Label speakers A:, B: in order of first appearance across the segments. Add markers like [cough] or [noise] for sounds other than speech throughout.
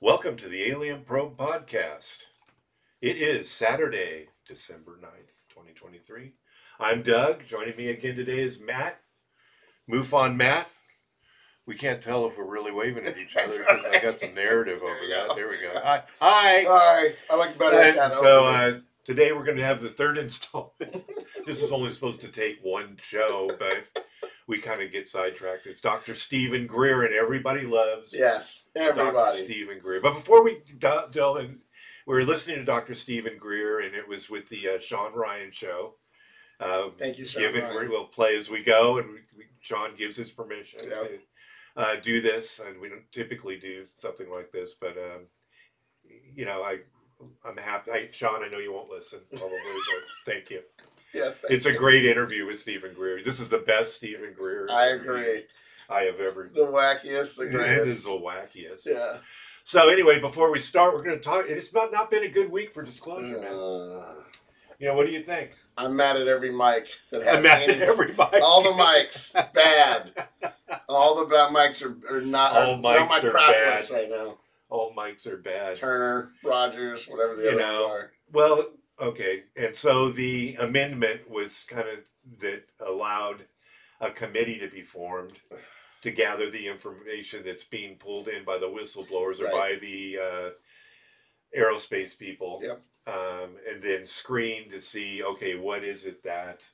A: Welcome to the Alien Probe Podcast. It is Saturday, December 9th, 2023. I'm Doug. Joining me again today is Matt. MUFON Matt. We can't tell if we're really waving at
B: [laughs]
A: each other because I got some narrative over that. There we go. Hi. Hi.
B: Hi, I like better
A: And
B: at that.
A: so uh, today we're going to have the third [laughs] installment. this is only supposed to take one show, but we kind of get sidetracked. It's Dr. Stephen Greer, and everybody loves
B: yes,
A: Dr.
B: everybody.
A: Stephen Greer. But before we del- delve in, we were listening to Dr. Stephen Greer, and it was with the uh, Sean Ryan show. Um,
B: Thank you, Sean
A: Given
B: Ryan.
A: we- we'll play as we go, and we, we, Sean gives his permission
B: Yep.
A: to uh, do this, and we don't typically do something like this, but um, you know, I I'm happy. I, Sean, I know you won't
B: [laughs]
A: listen, probably, but thank you.
B: Yes, thank
A: It's a
B: you.
A: great interview with Stephen Greer. This is the best Stephen Greer.
B: I
A: interview
B: agree.
A: I have ever.
B: The
A: [laughs]
B: wackiest, the
A: This is
B: greatest.
A: the wackiest.
B: yeah.
A: So anyway, before we start, we're going to talk. It's not not been a good week for disclosure, man.
B: Uh,
A: You know, what do you think?
B: I'm mad at every mic that
A: [laughs]
B: has
A: I'm mad at
B: any-
A: everybody.
B: all the mics
A: [laughs]
B: bad. All the bad mics are, are not.
A: All
B: are,
A: mics
B: on my
A: are
B: crap
A: bad.
B: list right now.
A: All mics are bad.
B: Turner, Rogers, whatever the
A: You
B: other
A: know.
B: ones are.
A: Well, okay, and so the amendment was kind of that allowed a committee to be formed to gather the information that's being pulled in by the whistleblowers or by
B: Right.
A: the uh, aerospace people.
B: Yep.
A: Um, and then screen to see, okay, what is it that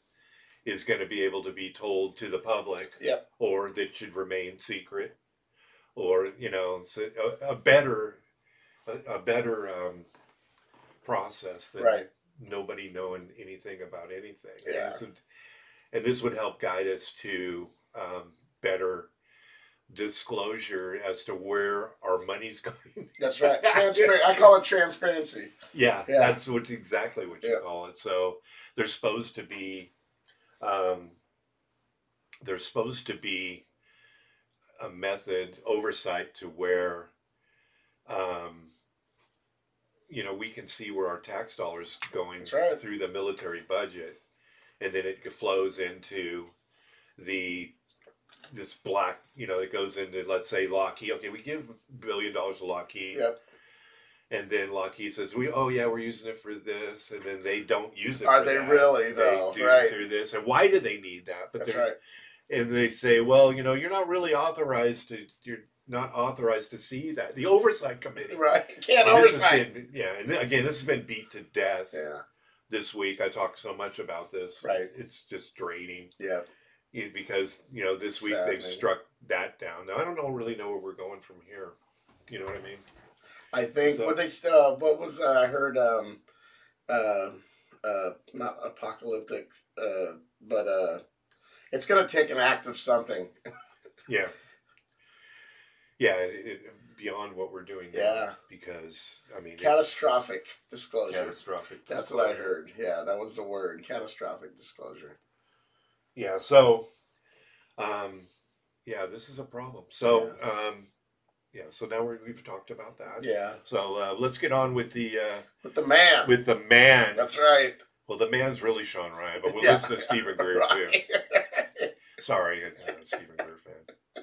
A: is going to be able to be told to the public?
B: Yep.
A: Or that should remain secret, or you know, it's a, a better, a, a better um, process than
B: Right.
A: nobody knowing anything about anything.
B: Yeah.
A: And, this would, and this would help guide us to um, better disclosure as to where our money's [laughs] going. [laughs]
B: That's right. Transparent. I call it transparency.
A: yeah,
B: Yeah.
A: that's what exactly what you
B: Yeah.
A: call it. So they're supposed to be, um, they're supposed to be a method oversight to where, um, you know, we can see where our tax dollars going
B: That's right.
A: through the military budget, and then it flows into the this black, you know, it goes into let's say Lockheed. Okay, we give a billion dollars to Lockheed.
B: Yep.
A: And then Lockheed says, "We oh yeah, we're using it for this," and then they don't use it.
B: Are
A: for
B: they
A: that.
B: really,
A: They
B: though?
A: do
B: Right.
A: through this, and why do they need that? But
B: That's
A: there's-
B: right.
A: and they say, "Well, you know, you're not really authorized to. You're not authorized to see that." The oversight committee.
B: Right. [laughs] Can't
A: And this has
B: oversight.
A: been- yeah, and th- again, this has been beat to death
B: Yeah.
A: this week. I talked so much about this.
B: Right.
A: It's just draining
B: Yeah.
A: you- because you know this week
B: Sadly.
A: they've struck that down. Now I don't know really know where we're going from here. You know what I mean?
B: I think
A: So-
B: what they uh, what was uh, I heard um uh, uh not apocalyptic uh but uh it's gonna take an act of something
A: Mm-hmm. Yeah. Yeah, it, it- beyond what we're doing now
B: Yeah.
A: because I mean it's
B: catastrophic disclosure.
A: catastrophic.
B: That's what I
A: disclosure.
B: heard. Yeah, that was the word catastrophic disclosure.
A: Yeah, so um yeah, this is a problem. So um yeah, so now we're, we've talked about that.
B: Yeah,
A: So uh, let's get on with the uh,
B: with the man.
A: with the man.
B: That's right.
A: well, the man's really Sean Ryan, but we'll
B: Yeah.
A: listen to Stephen Greer too.
B: [laughs] right.
A: Sorry, I'm a Stephen Greer fan.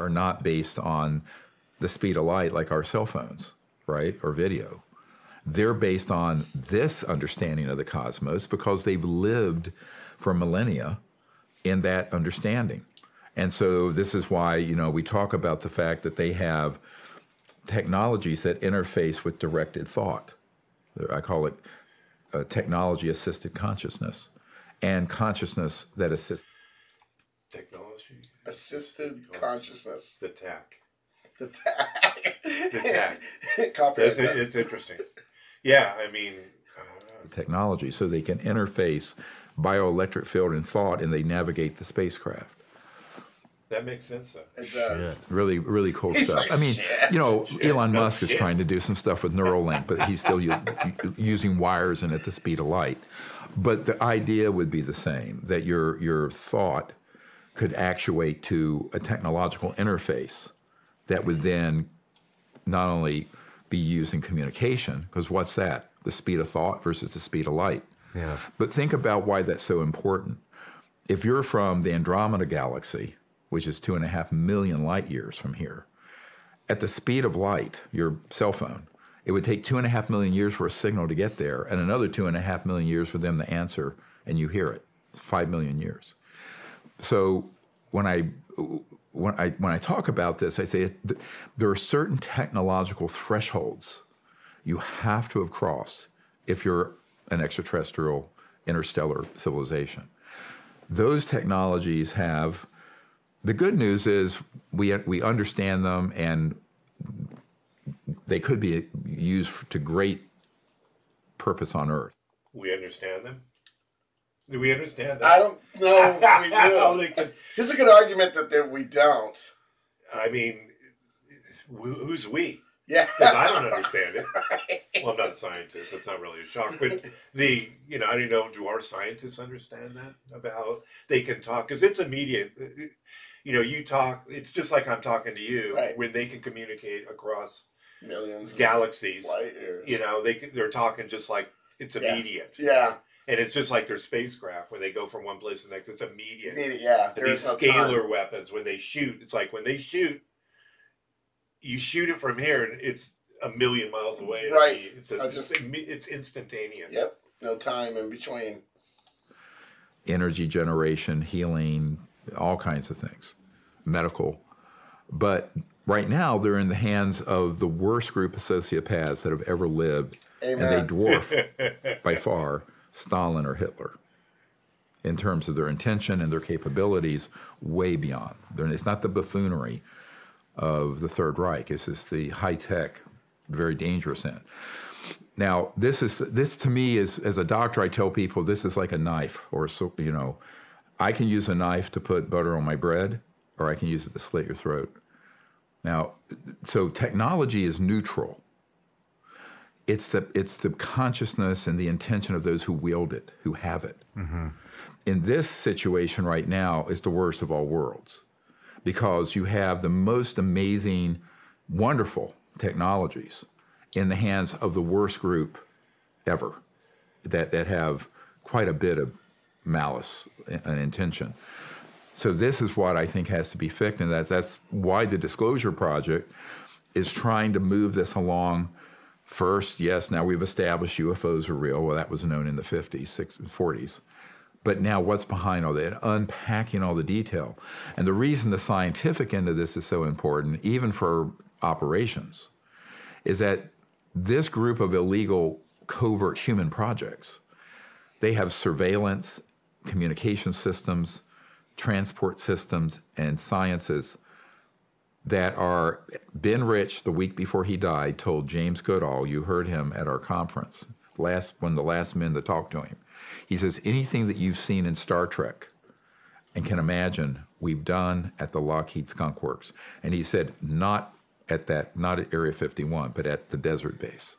C: are not based on the speed of light like our cell phones, right? Or video. They're based on this understanding of the cosmos because they've lived for millennia in that understanding. And so this is why, you know, we talk about the fact that they have technologies that interface with directed thought. I call it uh, technology assisted consciousness and consciousness that assists.
A: Technology,
B: Assisted consciousness.
A: the tech.
B: The tag.
A: The
B: [laughs] Copyright.
A: That's, it's interesting. Yeah, I mean, uh,
C: technology so they can interface bioelectric field and thought and they navigate the spacecraft.
A: that makes sense though.
B: It does.
C: Really, really cool
B: He's
C: stuff.
B: like,
C: I mean,
B: "Shit,
C: you know, Elon
A: no
C: Musk
A: shit."
C: is trying to do some stuff with Neuralink, but he's still u- u- using wires and at the speed of light. But the idea would be the same that your your thought could actuate to a technological interface that would then not only be used in communication, because what's that? The speed of thought versus the speed of light.
D: Yeah.
C: But think about why that's so important. If you're from the Andromeda galaxy, which is two and a half million light years from here, at the speed of light, your cell phone, it would take two and a half million years for a signal to get there, and another two and a half million years for them to answer, and you hear it. It's five million years. So when I when I when I talk about this, I say it, th- there are certain technological thresholds you have to have crossed if you're an extraterrestrial interstellar civilization. Those technologies have the good news is we we understand them and they could be used to great purpose on Earth.
A: We understand them. Do we understand that?
B: I don't know if
A: [laughs]
B: we
A: I don't
B: do.
A: think that-
B: It's a good argument that, that we don't.
A: I mean, who- who's we?
B: Yeah.
A: Because I don't understand
B: [laughs]
A: it. Well, I'm not a scientist. It's not really a shock. But the, you know, I don't know, do our scientists understand that about they can talk? Because it's immediate. uh, You know, you talk, it's just like I'm talking to you,
B: Right. Mm-hmm.
A: when they can communicate across
B: Millions of
A: galaxies.
B: light years.
A: You know, they, can- they're talking just like it's
B: Yeah.
A: immediate.
B: Yeah.
A: And it's just like their spacecraft when they go from one place to the next, it's immediate.
B: Maybe, yeah.
A: But
B: there
A: these
B: is no
A: scalar
B: time.
A: weapons when they shoot it's like when they shoot you shoot it from here and it's a million miles away It'll
B: Right.
A: be- it's, a,
B: I just-
A: it's imme- it's instantaneous
B: Yep. No time in between.
C: energy generation, healing, all kinds of things, medical. But right now, they're in the hands of the worst group of sociopaths that have ever lived, and
B: Amen.
C: they dwarf by far Stalin or Hitler in terms of their intention and their capabilities, way beyond. They're- It's not the buffoonery of the Third Reich. It's just the high tech, very dangerous end. Now, this is this to me is as a doctor, I tell people this is like a knife, or so you know, I can use a knife to put butter on my bread, or I can use it to slit your throat. Now, so technology is neutral. It's the it's the consciousness and the intention of those who wield it, who have it. In this situation right now, is the worst of all worlds because you have the most amazing, wonderful technologies in the hands of the worst group ever that, that have quite a bit of malice and intention. So this is what I think has to be fixed, and that's that's why the Disclosure Project is trying to move this along. First, yes, now we've established UFOs are real. Well, that was known in the 50s, 60s, 40s. But now what's behind all that? Unpacking all the detail. And the reason the scientific end of this is so important, even for operations, is that this group of illegal covert human projects, they have surveillance, communication systems, transport systems, and sciences that are Ben Rich the week before he died told James Goodall, you heard him at our conference, last one of the last men to talk to him. He says, anything that you've seen in Star Trek and can imagine, we've done at the Lockheed Skunk Works. And he said, not at that, not at Area 51, but at the desert base,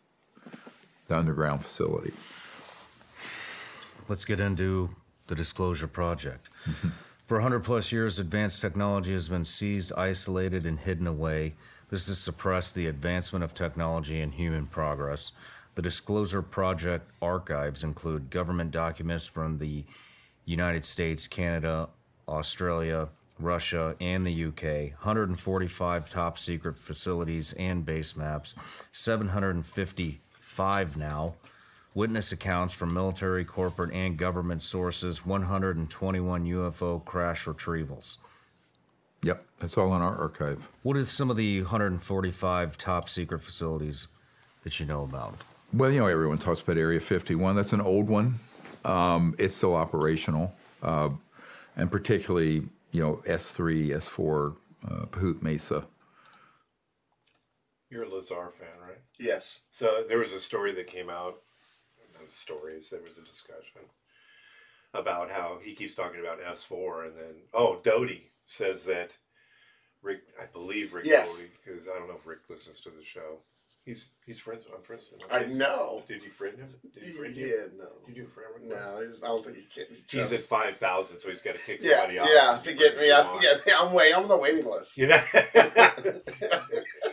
C: the underground facility.
D: Let's get into the Disclosure Project. For 100 plus years, advanced technology has been seized, isolated, and hidden away. This has suppressed the advancement of technology and human progress. The Disclosure Project archives include government documents from the United States, Canada, Australia, Russia, and the UK, 145 top secret facilities and base maps, 755 now, witness accounts from military, corporate, and government sources, 121 UFO crash retrievals.
C: Yep, that's all in our archive.
D: What are some of the 145 top secret facilities that you know about?
C: Well, you know, everyone talks about Area 51. That's an old one. Um, it's still operational, uh, and particularly, you know, S3, S4, uh, Pahoot Mesa.
A: you're a lazar fan right
B: Yes.
A: so there was a story that came out those stories there was a discussion about how he keeps talking about s4 and then oh doty says that rick i believe rick
B: Yes.
A: because i don't know if rick listens to the show he's he's friends i'm friends with him
B: I know.
A: Did you friend him? Did you friend him?
B: Yeah, no.
A: Did you friend him?
B: No, he's- I don't think he can. he
A: He's
B: trusts-
A: at five thousand, so he's got to kick
B: yeah,
A: somebody off.
B: yeah, to get me out. Yeah,
A: Come
B: I'm waiting. I'm on the waiting list.
A: [laughs] on. You know?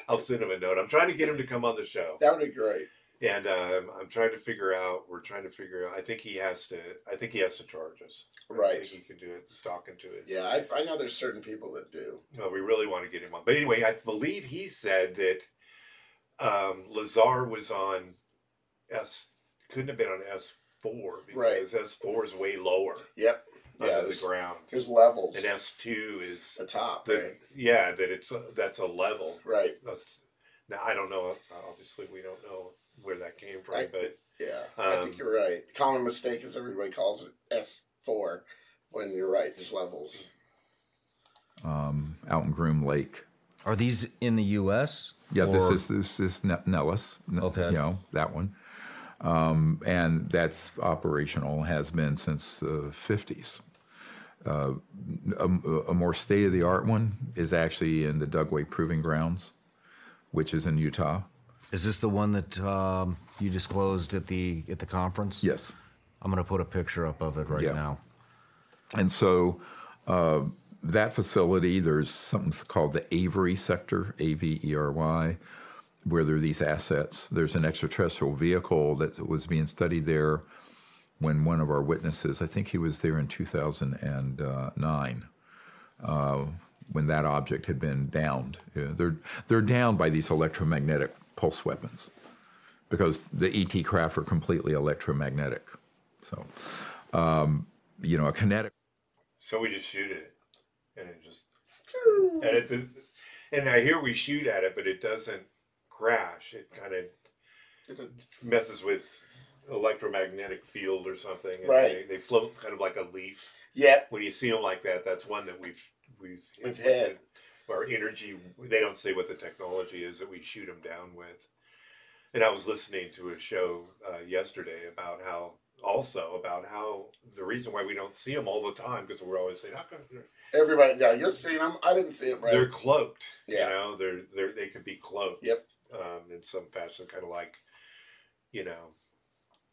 A: I'll send him a note. I'm trying to get him to come on the show.
B: [laughs] That would be great.
A: and um, I'm trying to figure out. We're trying to figure out. I think he has to. I think he has to charge us. I
B: Right.
A: think he can do it. He's talking to us.
B: Yeah, I, I know there's certain people that do.
A: No, we really want to get him on. But anyway, I believe he said that um, Lazar was on S. Couldn't have been on S four
B: Right.
A: because S four is way lower
B: Yep. Yeah,
A: under the
B: there's,
A: ground,
B: there's levels.
A: and S two is
B: the top,
A: the
B: right?
A: yeah that it's a, that's a level.
B: Right.
A: That's now I don't know. Obviously, we don't know where that came from,
B: I-
A: but
B: Yeah, I
A: Um,
B: think you're right. Common mistake is everybody calls it S four, when you're right. There's levels.
C: um, out in Groom Lake.
D: Are these in the U.S.?
C: Yeah, this
D: or-
C: is this is Ne- Nellis. N-
D: Okay.
C: you know that one, um, and that's operational has been since the fifties. Uh, a, a more state of the art one is actually in the Dugway Proving Grounds, which is in Utah.
D: Is this the one that um, you disclosed at the at the conference?
C: Yes,
D: I'm gonna put a picture up of it right
C: Yeah.
D: now.
C: And so uh, that facility, there's something called the Avery sector, A V E R Y, where there are these assets. There's an extraterrestrial vehicle that was being studied there when one of our witnesses, I think he was there in 2009. Uh, when that object had been downed, Yeah, they're they're downed by these electromagnetic pulse weapons, because the ET craft are completely electromagnetic. So, um, you know, a kinetic
A: so we just shoot it, and it just and it does, and I hear we shoot at it, but it doesn't crash. It kind of messes with electromagnetic field or something. And
B: Right.
A: They, they float kind of like a leaf.
B: Yep.
A: When you see them like that, that's one that we've we've
B: We've had.
A: Our energy. They don't say what the technology is that we shoot them down with. And I was listening to a show uh, yesterday about how also about how the reason why we don't see them all the time because we're always saying how come they're,
B: Everybody. Yeah, you've seen them. I didn't see them. Right.
A: they're cloaked.
B: Yeah.
A: You know, they're they're they could be cloaked.
B: Yep.
A: Um, in some fashion, kind of like, you know,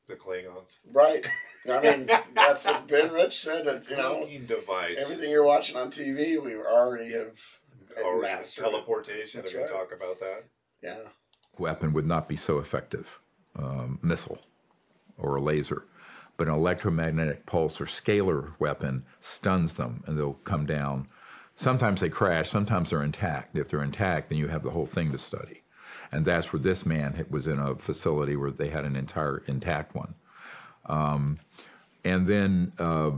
A: the Klingons.
B: Right. [laughs] I mean, that's what Ben Rich said. That you know,
A: Cloaking device.
B: everything you're watching on TV, we already have.
A: or
B: mastered.
A: teleportation.
B: That's
A: They're
B: right.
A: going to talk about that.
B: Yeah.
C: weapon would not be so effective, um, missile or a laser. But an electromagnetic pulse or scalar weapon stuns them and they'll come down. Sometimes they crash, sometimes they're intact. If they're intact, then you have the whole thing to study. And that's where this man had- was in a facility where they had an entire intact one. Um, and then, uh,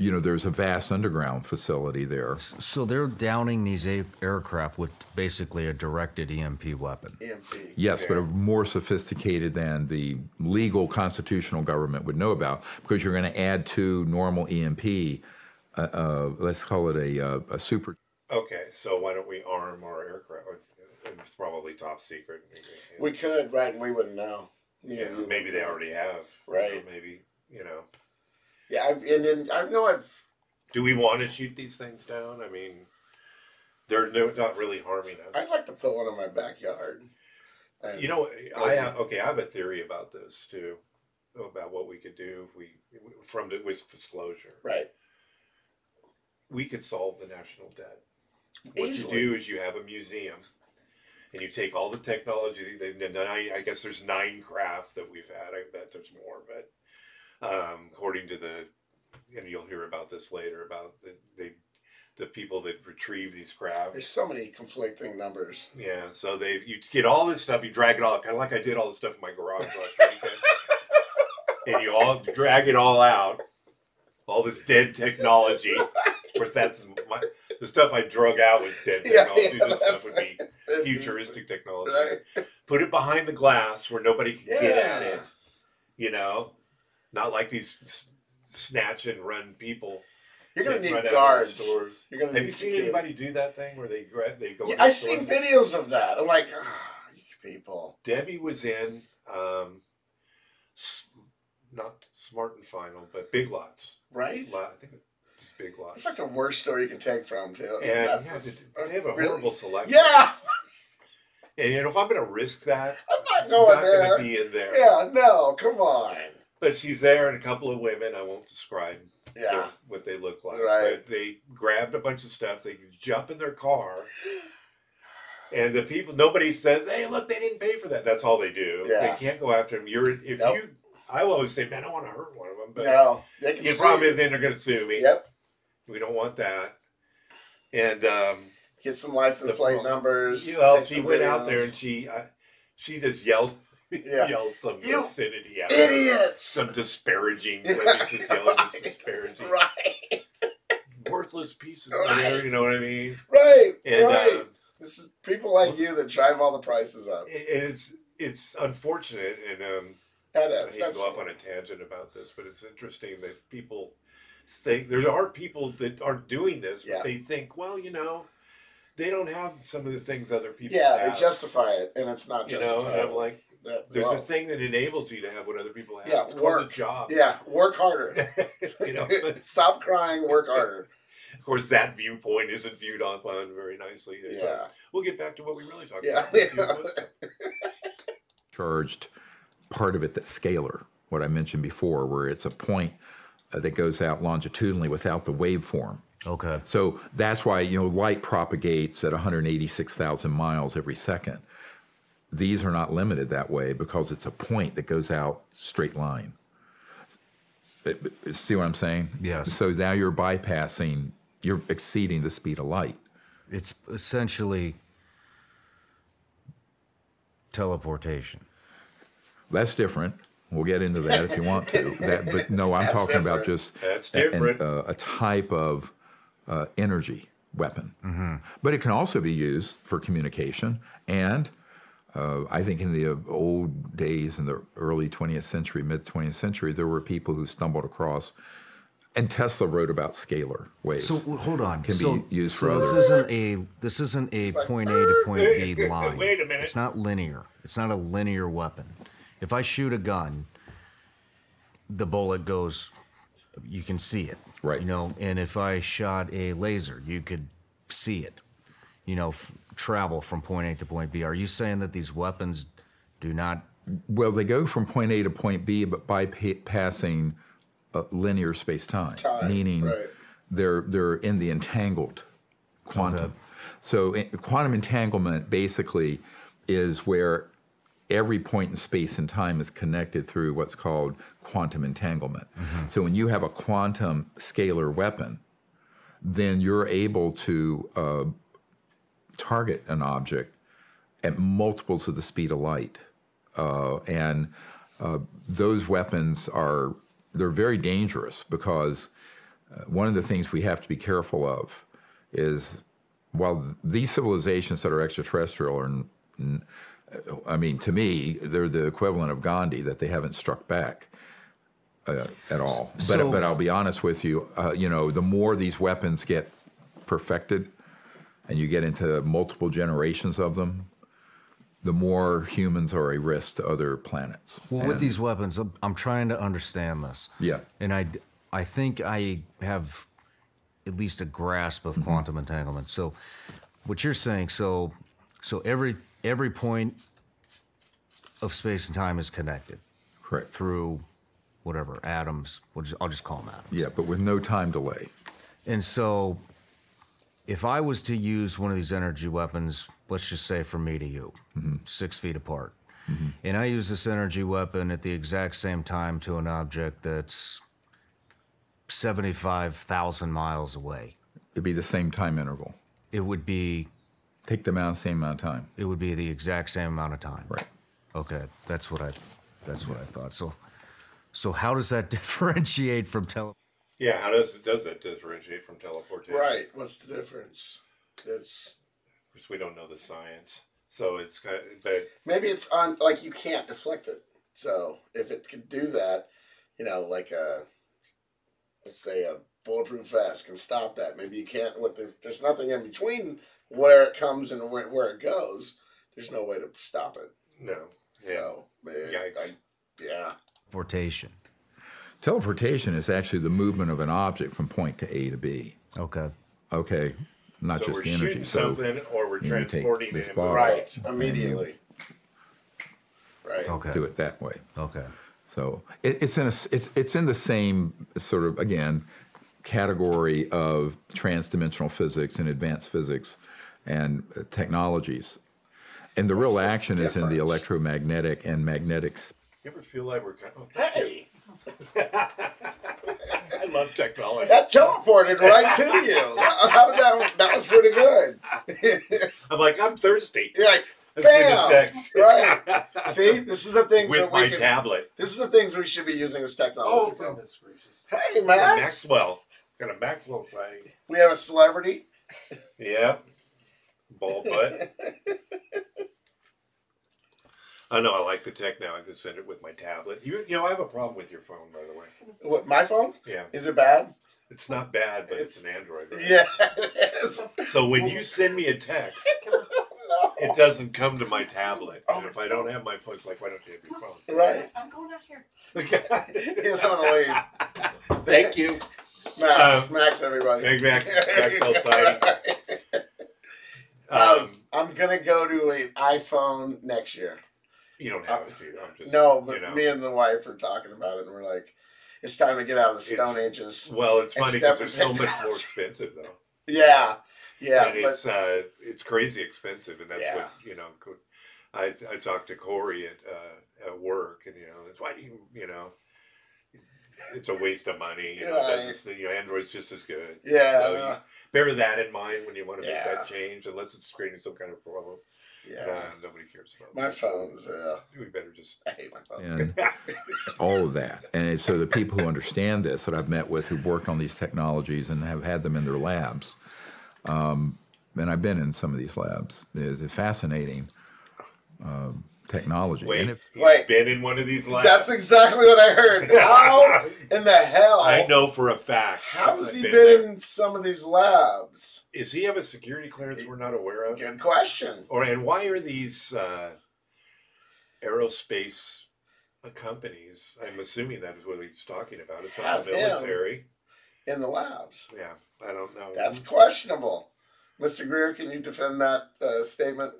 C: you know, there's a vast underground facility there.
D: So they're downing these a- aircraft with basically a directed EMP weapon.
B: EMP.
C: Yes, but are more sophisticated than the legal constitutional government would know about because you're going to add to normal EMP, uh, uh, let's call it a, uh, a super.
A: Okay, so why don't we arm our aircraft? uh, It's probably top secret.
B: We could, right, and we wouldn't know. You
A: yeah,
B: know, you
A: maybe they
B: wouldn't know.
A: already have. you know,
B: Right.
A: maybe, you know.
B: Yeah, I've, and then I know I've.
A: Do we want to shoot these things down? I mean, they're no, not really harming us.
B: I'd like to put one in my backyard. And-
A: You know, I have okay. I have a theory about this too, about what we could do if we from the, with disclosure.
B: Right.
A: We could solve the national debt. What
B: Easily.
A: you do is you have a museum, and you take all the technology. They, they- now I, I guess there's nine craft that we've had. I bet there's more, but um, according to the, and you'll hear about this later about the they, the people that retrieve these crafts.
B: There's so many conflicting numbers.
A: Yeah, so they you get all this stuff, you drag it all, kind of like I did all the stuff in my garage last
B: [laughs]
A: weekend, and you all drag it all out, all this dead technology. Of course, that's my, the stuff I drug out was dead
B: [laughs] Yeah,
A: technology.
B: yeah,
A: this stuff would
B: that's-
A: be futuristic technology.
B: Right.
A: Put it behind the glass where nobody can get at
B: Yeah.
A: it. You know, not like these s- snatch and run people.
B: You're gonna
A: that
B: need
A: run out of
B: guards.
A: Stores.
B: You're gonna
A: Have
B: need
A: you seen
B: security.
A: anybody do that thing where they gra- they go?
B: Yeah,
A: in
B: I've
A: store
B: seen
A: and-
B: videos of that. I'm like, "Ah, you people.
A: Debbie was in um, s- not Smart and Final, but Big Lots.
B: Right?
A: Lot, I think it's Big Lots.
B: It's like the worst story you can take from, too.
A: and yeah,
B: That's-
A: they, they have a
B: really-
A: horrible selection.
B: [laughs] Yeah,
A: And you know, if I'm going to risk that,
B: I'm not
A: it's
B: going
A: not
B: there.
A: to be in there.
B: Yeah, no, come on.
A: But she's there, and a couple of women. I won't describe their-
B: Yeah.
A: what they look like.
B: Right.
A: But they grabbed a bunch of stuff. They jump in their car, And the people, nobody says, "Hey, look, they didn't pay for that." That's all they do.
B: Yeah.
A: They can't go after him. You're if
B: Nope.
A: you. I will always say, "Man, I want to hurt one of them," but
B: no, they can
A: the
B: sue
A: problem
B: you.
A: is then they're going to sue me.
B: Yep.
A: We don't want that. And um,
B: Get some license
A: The
B: plate
A: problem-
B: numbers.
A: well,
B: take
A: she
B: some
A: went out
B: videos.
A: there
B: [laughs]
A: and she I, she just yelled [laughs]
B: Yeah.
A: yelled some
B: You
A: vicinity out.
B: idiots!
A: Some
B: [laughs]
A: disparaging.
B: Yeah,
A: women just yelling this
B: right,
A: disparaging.
B: Right,
A: Worthless pieces.
B: Right.
A: You know what I mean?
B: right,
A: And
B: right.
A: uh,
B: this is people like you that drive all the prices up.
A: it- it's it's unfortunate and um,
B: That
A: I
B: is.
A: hate to
B: That's,
A: go off on a tangent about this, but it's interesting that people think there are people that are doing this,
B: Yeah.
A: but they think, well, you know, they don't have some of the things other people
B: yeah,
A: have.
B: they justify it, and it's not
A: you know, and I'm
B: justifiable.
A: like,
B: That-
A: there's a
B: well,
A: thing that enables you to have what other people have.
B: Yeah,
A: it's
B: work.
A: called a job.
B: Yeah, work harder.
A: you
B: [laughs]
A: know, [laughs] of
B: Stop crying.
A: [laughs]
B: Work harder.
A: course, that viewpoint isn't viewed online very nicely. It's, uh,
B: Yeah,
A: we'll get back to what we really talked
B: Yeah.
A: about. Let's use this stuff.
C: charged part of it that's scalar, what I mentioned before, where it's a point uh, that goes out longitudinally without the waveform.
D: Okay.
C: So that's why you know light propagates at 186,000 miles every second. These are not limited that way because it's a point that goes out straight line. But- but- See what I'm saying?
D: Yes.
C: So now you're bypassing, you're exceeding the speed of light.
D: It's essentially teleportation.
C: That's different. We'll get into that if you want to. That, but no, I'm
B: That's
C: talking about
B: different.
C: just
A: That's
C: a- an-
A: different.
C: uh, a type of uh, energy weapon. But it can also be used for communication. And uh, I think in the old days, in the early 20th century, mid 20th century, there were people who stumbled across, and Tesla wrote about scalar waves.
D: So w- hold on.
C: Can be
D: so,
C: used
D: so
C: for
D: this
C: other-
D: isn't a this isn't a point A to point B line.
A: Wait a minute.
D: It's not linear. It's not a linear weapon. If I shoot a gun, the bullet goes. You can see it.
C: Right.
D: You know, and if I shot a laser, you could see it. You know, f- travel from point A to point B. Are you saying that these weapons do not?
C: well, they go from point A to point B, but bypassing uh, linear space time,
B: Time,
C: meaning
B: right.
C: they're they're in the entangled quantum. So in, quantum entanglement basically is where every point in space and time is connected through what's called quantum entanglement. So when you have a quantum scalar weapon, then you're able to uh, target an object at multiples of the speed of light. Uh, and uh, those weapons are they're very dangerous because uh, one of the things we have to be careful of is while th- these civilizations that are extraterrestrial are, n- n- uh, I mean, to me, they're the equivalent of Gandhi that they haven't struck back. Uh, at all, but
D: So-
C: but I'll be honest with you. Uh, you know, the more these weapons get perfected, and you get into multiple generations of them, the more humans are a risk to other planets.
D: Well, with these weapons, I'm- I'm trying to understand this.
C: Yeah.
D: and I, I think I have at least a grasp of quantum entanglement. So, what you're saying, so, so every every point of space and time is connected
C: Correct.
D: through whatever atoms. We'll just, I'll just call them atoms.
C: Yeah, but with no time delay.
D: And so, if I was to use one of these energy weapons, let's just say from me to you,
C: Mm-hmm.
D: six feet apart, and I use this energy weapon at the exact same time to an object that's 75,000 miles away,
C: It'd be the same time interval.
D: it would be
C: Take them out, same amount of time.
D: it would be the exact same amount of time.
C: Right.
D: Okay, that's what I that's what I thought. So so how does that [laughs] differentiate from tele
A: yeah, how does does that differentiate from teleportation?
B: right. What's the difference? It's
A: Because we don't know the science, so it's kind of, but
B: maybe it's on like you can't deflect it. So if it could do that, you know, like a let's say a bulletproof vest can stop that. Maybe you can't. What the, there's nothing in between where it comes and where, where it goes. There's no way to stop it.
A: no, yeah,
B: So man,
A: Yikes.
B: I- yeah,
D: teleportation?
C: Teleportation is actually the movement of an object from point to A to B.
D: Okay.
C: Okay, not
A: so
C: just
A: we're
C: the energy.
A: shooting something or we're
C: you take
A: transporting
C: this
A: it.
C: ball.
B: right. Immediately, right.
D: Okay.
C: do it that way.
D: Okay.
C: So it, it's in a, s- it's it's in the same sort of again category of trans-dimensional physics and advanced physics and uh, technologies. And the real action is in the
B: difference?
C: electromagnetic and magnetic. sp-
A: You ever feel like we're kind of? oh,
B: Hey,
A: I love
B: [laughs]
A: technology.
B: that teleported right to you. That, how did that? That was pretty good.
A: I'm like, I'm thirsty.
B: You're like,
A: I send a
B: Bam!
A: text [laughs]
B: [laughs] right? See, this is the things
A: with
B: that we
A: my
B: can,
A: tablet.
B: This is the things we should be using as technology.
A: Oh,
B: for.
A: goodness gracious!
B: Hey, man,
A: Maxwell. Got a Maxwell sighting.
B: we have a celebrity.
A: Yeah. Ball
B: [laughs]
A: butt. I know I like the tech now. I can send it with my tablet. You, you know, I have a problem with your phone, by the way.
B: What my phone?
A: Yeah.
B: Is it bad?
A: It's not bad, but it's, an Android. right?
B: Yeah, it is.
A: So when you send me a text, [laughs] it doesn't come to my tablet. And if I don't have my phone, Oh, it's like, why don't you have your [laughs] phone?
B: Right.
E: I'm going out here.
B: He's on the lead.
A: Thank you.
B: Max,
A: Um,
B: Max, everybody.
A: Big [laughs] Mac, Maxwell sighting. Um,
B: Um, I'm gonna go to an iPhone next year.
A: you don't have it, do you? I'm just,
B: No, but
A: you know.
B: me and the wife are talking about it, and we're like, it's time to get out of the
A: It's-
B: Stone Ages.
A: Well, it's
B: And
A: funny because
B: Stefan
A: they're so much more [laughs]
B: Petros.
A: expensive, though.
B: Yeah, yeah,
A: and it's uh, it's crazy expensive, and that's what you know. co- I I talked to Corey at uh, at work, and you know, it's why do you you know, it's a waste of money. You know, it doesn't
B: Right.
A: s- you know, Android's just as good.
B: but yeah, uh,
A: So you bear that in mind when you want to make
B: Yeah.
A: that change, unless it's creating some kind of problem.
B: yeah.
A: Uh, nobody cares about
B: My
A: that, so
B: phone's. Uh,
A: We better just.
B: I hate my phone.
C: and all of that. And so the people who understand this that I've met with who worked on these technologies and have had them in their labs, um, and I've been in some of these labs, is a fascinating um, technology.
A: Wait,
C: And if,
A: you've
B: Wait.
A: been in one of these labs.
B: That's exactly what I
A: [laughs]
B: heard. How in the hell?
A: I know for a fact.
B: How
A: because I've
B: has he been,
A: there.
B: in some of these labs?
A: Is he have a security clearance we're not aware of?
B: Good question.
A: Or and why are these uh, aerospace uh, companies? I'm assuming that is what he's talking about. It's not the
B: Have him.
A: military.
B: In the labs,
A: Yeah, I don't know.
B: that's questionable. Mr. Greer, can you defend that uh, statement?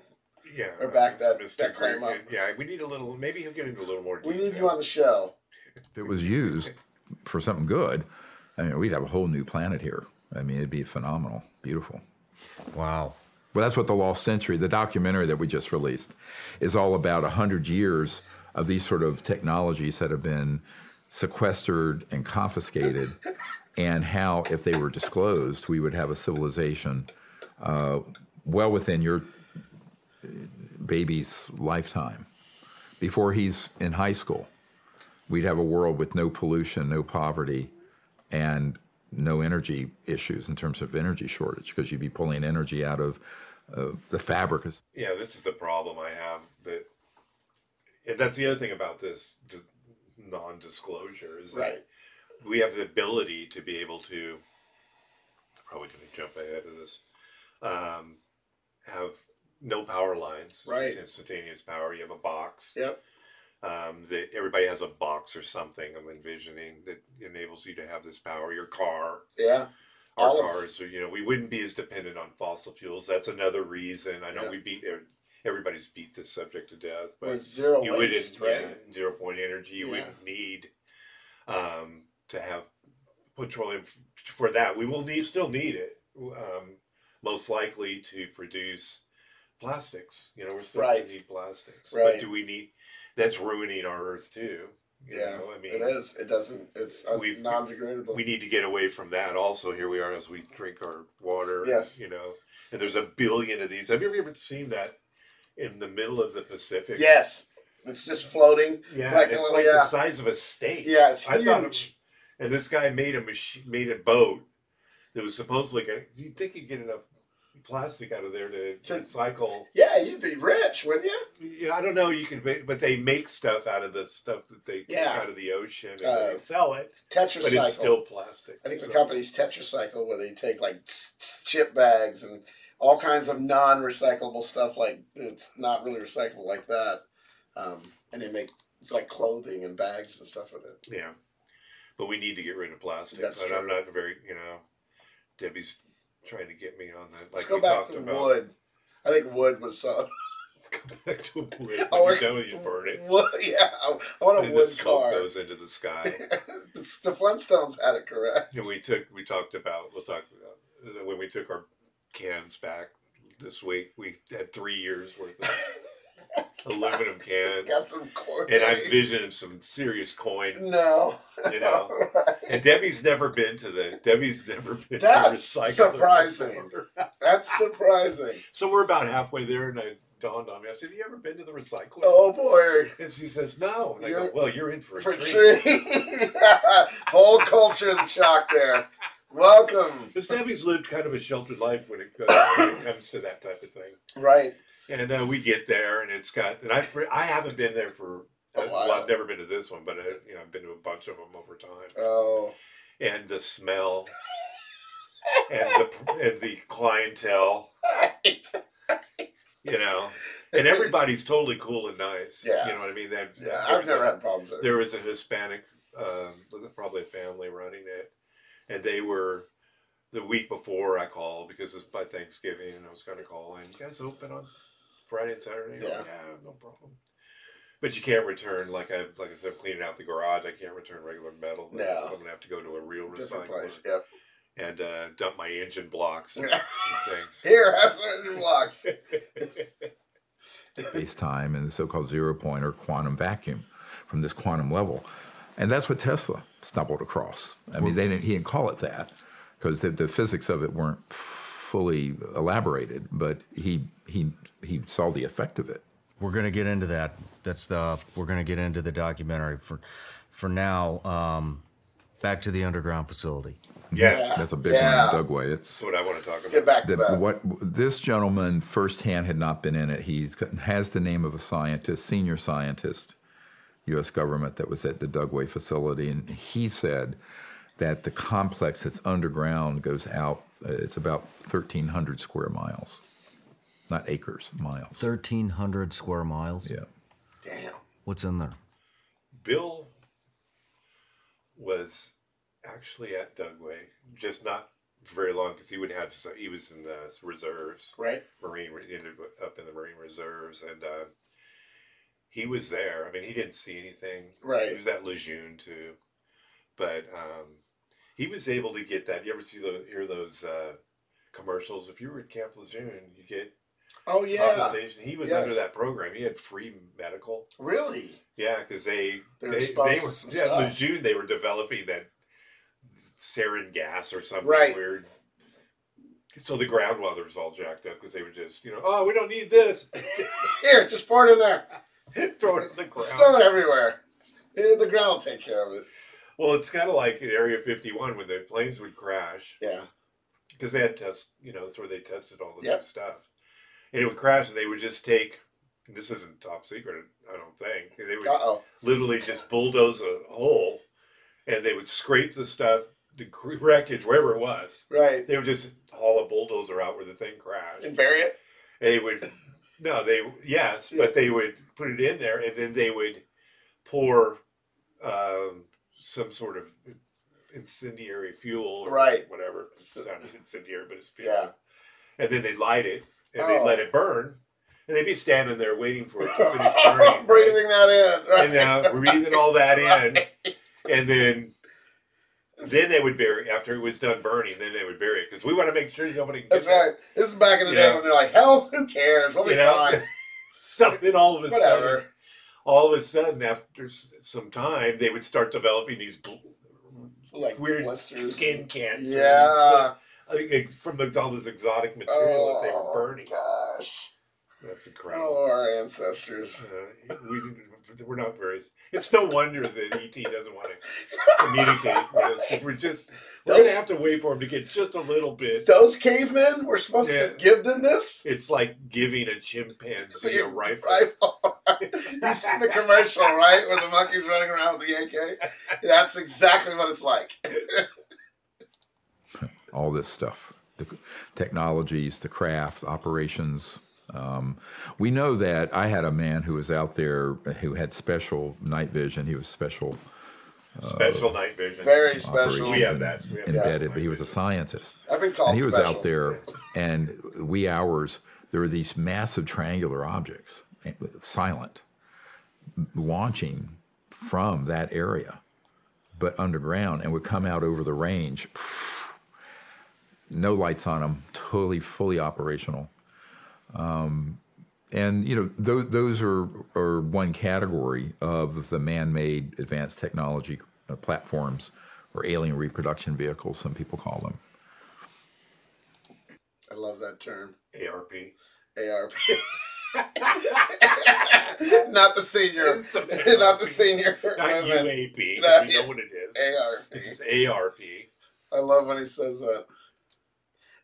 A: yeah.
B: or back that-
A: Mr.
B: that claim
A: Green-
B: up.
A: Yeah, we need a little. Maybe he'll get into a little more.
B: We
A: Detail.
B: need you on the show.
C: if it was used for something good, I mean, we'd have a whole new planet here. I mean, it'd be phenomenal, beautiful.
D: Wow.
C: Well, that's what The Lost Century, the documentary that we just released, is all about 100 years of these sort of technologies that have been sequestered and confiscated, and how, if they were disclosed, we would have a civilization uh, well within your uh, baby's lifetime. Before he's in high school, we'd have a world with no pollution, no poverty, and no energy issues in terms of energy shortage because you'd be pulling energy out of uh, the fabric. is-
A: Yeah, this is the problem I have. That and that's the other thing about this d- non-disclosure is that
B: Right.
A: we have the ability to be able to probably going to jump ahead of this um, have no power lines
B: Right.
A: just instantaneous power you have a box
B: Yep.
A: um, that everybody has a box or something i'm envisioning that enables you to have this power your car
B: Yeah.
A: our
B: All of-
A: cars are, you know we wouldn't be as dependent on fossil fuels that's another reason i know
B: Yeah.
A: we beat everybody's beat this subject to death but
B: With zero
A: you
B: waste,
A: wouldn't
B: right?
A: yeah, zero point energy you
B: Yeah.
A: wouldn't need um, to have petroleum f- for that we will need still need it um, most likely to produce plastics you know we're still
B: Right.
A: gonna need plastics but
B: Right.
A: do we need that's ruining our earth too you
B: Yeah,
A: know i mean
B: It is. It doesn't. It's uh,
A: We've-
B: non-degradable.
A: we need to get away from that also here we are as we drink our water
B: Yes.
A: you know and there's a billion of these have you ever seen that in the middle of the pacific
B: yes. It's just floating.
A: yeah,
B: Like a
A: it's
B: little-
A: like the
B: yeah.
A: size of a state.
B: Yeah, it's
A: I thought it
B: huge.
A: was- and this guy made a machine, made a boat that was supposedly going. to You'd think you'd get enough plastic out of there to
B: To-
A: recycle.
B: Yeah, you'd be rich, wouldn't you?
A: Yeah, I don't know. You can, ma- but they make stuff out of the stuff that they take
B: Yeah.
A: out of the ocean and
B: Uh,
A: they sell it,
B: Tetracycle.
A: but it's still plastic.
B: I think the
A: So-
B: company's Tetracycle, where they take like s- s- chip bags and all kinds of non-recyclable stuff, like it's not really recyclable like that, um, and they make like clothing and bags and stuff with it.
A: Yeah, but we need to get rid of plastic.
B: That's
A: and I'm
B: true.
A: not very, you know, Debbie's trying to get me on that. Like
B: Let's go
A: we
B: back
A: talked
B: to
A: about.
B: wood. I think wood was so.
A: [laughs] Let's go back to wood. When
B: [laughs] Oh,
A: you're
B: we're-
A: done with [laughs] you burn it.
B: [laughs] Wood, yeah, I, I want a
A: And the
B: wood
A: smoke
B: car.
A: goes into the sky.
B: [laughs] It's- the Flintstones had it correct.
A: and we took, we talked about, we'll talk about uh, when we took our cans back this week. We had three years worth of
B: [laughs]
A: aluminum cans,
B: Got some corn.
A: and I envisioned some serious
B: [laughs]
A: coin.
B: No.
A: You know. And Debbie's never been to the. Debbie's never been.
B: That's
A: to recycle
B: surprising. [laughs] That's surprising.
A: So we're about halfway there, and it dawned on me. I said, "Have you ever been to the recycler?"
B: Oh boy.
A: And she says, "No." And I go,
B: You're-
A: "Well, you're in for a
B: For
A: treat."
B: tree. [laughs] Whole culture shock there. Welcome.
A: Because Debbie's lived kind of a sheltered life when it, co- when
B: [coughs]
A: it comes to that type of thing.
B: Right.
A: And uh, we get there, and it's got, and I fr- I haven't been there for.
B: A
A: well,
B: while.
A: I've never been to this one, but I, you know, I've been to a bunch of them over time,
B: Oh.
A: and the smell, and the and the clientele, you know, and everybody's totally cool and nice.
B: Yeah.
A: you know what I mean. That
B: Yeah, I've never had problems there.
A: there was a Hispanic, um, probably a family running it, and they were the week before I called because it's by Thanksgiving, and I was going to call. And you guys open on Friday and Saturday?
B: Yeah.
A: yeah, no problem. But you can't return like I like I said, cleaning out the garage. I can't return regular metal.
B: No.
A: so I'm gonna have to go to a real
B: Different
A: recycler
B: place. Yep.
A: and uh, dump my engine blocks and, and
B: Here, [laughs] have some engine blocks.
A: things.
C: space time and the so-called zero point or quantum vacuum from this quantum level and that's what tesla stumbled across i mean they didn't he didn't call it that because the, the physics of it weren't fully elaborated but he he he saw the effect of it
D: We're gonna get into that. That's the we're gonna get into the documentary for for now. Um, back to the underground facility.
A: yeah,
C: that's a big
B: Yeah.
C: one doug way it's
A: that's what I want to talk
B: Get
A: about.
B: back to
C: that
B: that.
C: what this gentleman firsthand had not been in it. He has the name of a scientist, senior scientist, U.S. government that was at the Dugway facility, and he said that the complex that's underground goes out. uh, It's about 1,300 square miles, not acres, miles.
D: Thirteen hundred square miles.
C: Yeah,
B: Damn.
D: What's in there?
A: Bill was actually at Dugway, just not for very long because he would have so he was in the reserves,
B: Right?
A: marine re- ended up- up in the marine reserves, and uh, he was there. I mean, he didn't see anything. He
B: Right.
A: was at Lejeune too, but um, he was able to get that. You ever see the hear those uh, commercials? If you were at Camp Lejeune, you get
B: Oh, yeah.
A: compensation. He was
B: Yes.
A: under that program. He had free medical.
B: Really?
A: Yeah, because they
B: They
A: they,
B: were
A: they,
B: sponsoring
A: were
B: some
A: yeah
B: stuff.
A: in June they were developing that sarin gas or something
B: Right.
A: weird. So the ground water was all jacked up because they were just you know oh we don't need this [laughs]
B: Here, just pour it in there.
A: throw it in the ground.
B: Just throw it everywhere. Eh, The ground will take care of it.
A: well, it's kind of like in Area 51 when the planes would crash
B: Yeah.
A: because they had tests you know that's where they tested all the
B: Yep.
A: new stuff and it would crash and they would just take this isn't top secret I don't think they would
B: Uh oh.
A: literally just bulldoze a hole and they would scrape the stuff, the gr- wreckage, wherever it was.
B: Right.
A: They would just haul a bulldozer out where the thing crashed.
B: And
A: And
B: bury it.
A: they would, no, they, yes,
B: Yeah.
A: but they would put it in there and then they would pour um, some sort of incendiary fuel or
B: Right.
A: whatever. It's
B: So-
A: not incendiary, but it's fuel.
B: Yeah.
A: And then they'd light it and they'd
B: Oh.
A: let it burn. And they'd be standing there waiting for it to
B: [laughs]
A: finish burning. right?
B: Breathing that in. Right.
A: and now breathing all that in, and then then they would bury after it was done burning. Then they would bury it because we want to make sure nobody can
B: That's
A: get
B: right. This is back in the
A: You
B: day
A: know.
B: when they're like, health, who cares? We'll be
A: You know? [laughs]
B: fine.
A: something. All of a sudden,
B: Whatever.
A: all of a sudden, after s- some time, they would start developing these bl-
B: Like
A: weird
B: blisters.
A: skin cancers.
B: Yeah.
A: uh, ex- from the, all this exotic material that they were
B: Oh,
A: burning.
B: Gosh.
A: That's incredible.
B: Oh, our ancestors.
A: Uh, we didn't- we're not very. It's no wonder that ET doesn't want to communicate with us because we're just we're gonna have to wait for him to get just a little bit.
B: Those cavemen were supposed
A: Yeah.
B: to give them this?
A: It's like giving a chimpanzee a rifle.
B: [laughs] rifle. you seen the commercial, right? Where the monkey's running around with the AK? That's exactly what it's like.
C: all this stuff, the c- technologies, the craft, operations. Um, we know that I had a man who was out there uh, who had special night vision. He was special
A: Special night vision.
B: Very special.
A: We have that. We have
C: embedded,
A: that.
C: but he was a scientist.
B: I've been called
C: and he was
B: special.
C: out there, and wee hours. There were these massive triangular objects, eh, silent, launching from that area, but underground, and would come out over the range. No lights on them, totally fully operational. Um, and you know those those are are one category of the man-made advanced technology uh, platforms or alien reproduction vehicles some people call them
B: I love that term.
A: ARP.
B: [laughs] ARP. not the senior. [laughs]
A: It's an
B: not the
A: ARP.
B: senior.
A: Not
B: women.
A: UAP. 'cause We
B: No,
A: know what it is.
B: ARP.
A: This is ARP.
B: I love when he says that.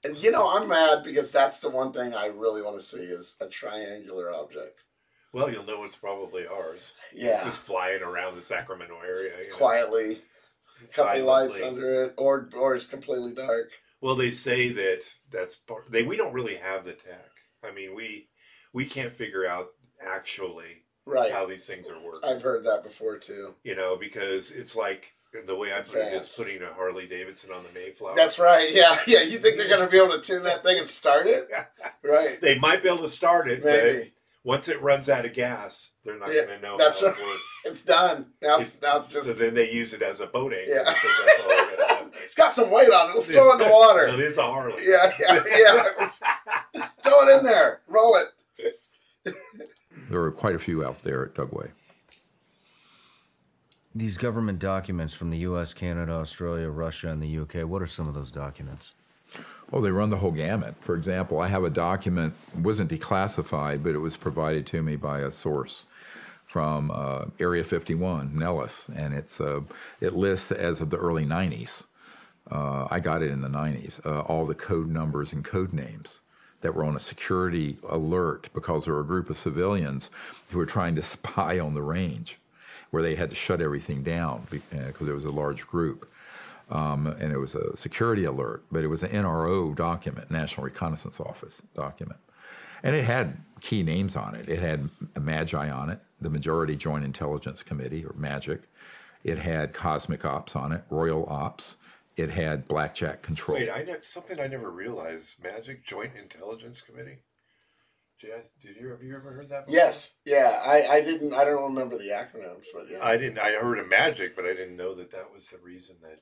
B: And you know, I'm mad because that's the one thing I really want to see is a triangular object.
A: Well, you'll know it's probably ours. It's
B: Yeah.
A: just flying around the Sacramento area. you know,
B: Quietly. Couple lights
A: silently.
B: under it. Or or it's completely dark.
A: Well, they say that that's part. They we don't really have the tech. I mean, we we can't figure out actually
B: Right.
A: how these things are working.
B: I've heard that before too.
A: you know, because it's like the way I put it is
B: Fast.
A: putting a Harley Davidson on the Mayflower.
B: That's right. Yeah. [laughs] Yeah. You think they're gonna be able to tune that thing and start
A: [laughs]
B: it? Right.
A: they might be able to start it,
B: Maybe.
A: but once it runs out of gas, they're not
B: Yeah,
A: going to know
B: that's
A: how
B: [laughs] right.
A: it works.
B: It's done. Now it's, now it's just
A: so then they use it as a boat anchor.
B: Yeah.
A: because that's all they're gonna have.
B: [laughs] it's got some weight on it. Let's throw it in the water.
A: It is a Harley.
B: Yeah, yeah, yeah. Let's
A: [laughs]
B: throw it in there. Roll it.
C: there are quite a few out there at dugway
D: These government documents from the US, Canada, Australia, Russia, and the UK, what are some of those documents?
C: Oh, they run the whole gamut. For example, I have a document wasn't declassified, but it was provided to me by a source from uh, Area 51, Nellis, and it's uh, it lists as of the early 90s. Uh, I got it in the 90s. Uh, all the code numbers and code names that were on a security alert because there were a group of civilians who were trying to [laughs] spy on the range, where they had to shut everything down because there was a large group and it was a security alert, but it was an NRO document, National Reconnaissance Office document. And it had key names on it. It had Magi on it, the Majority Joint Intelligence Committee, or MAGIC. It had Cosmic Ops on it, Royal Ops. It had Blackjack Control.
A: Wait, I ne- something I never realized. Magic Joint Intelligence Committee. Did, I, did you have you ever heard that? before?
B: Yes. Yeah. I, I didn't. I don't remember the acronyms, but yeah.
A: I didn't. I heard of magic, but I didn't know that that was the reason that,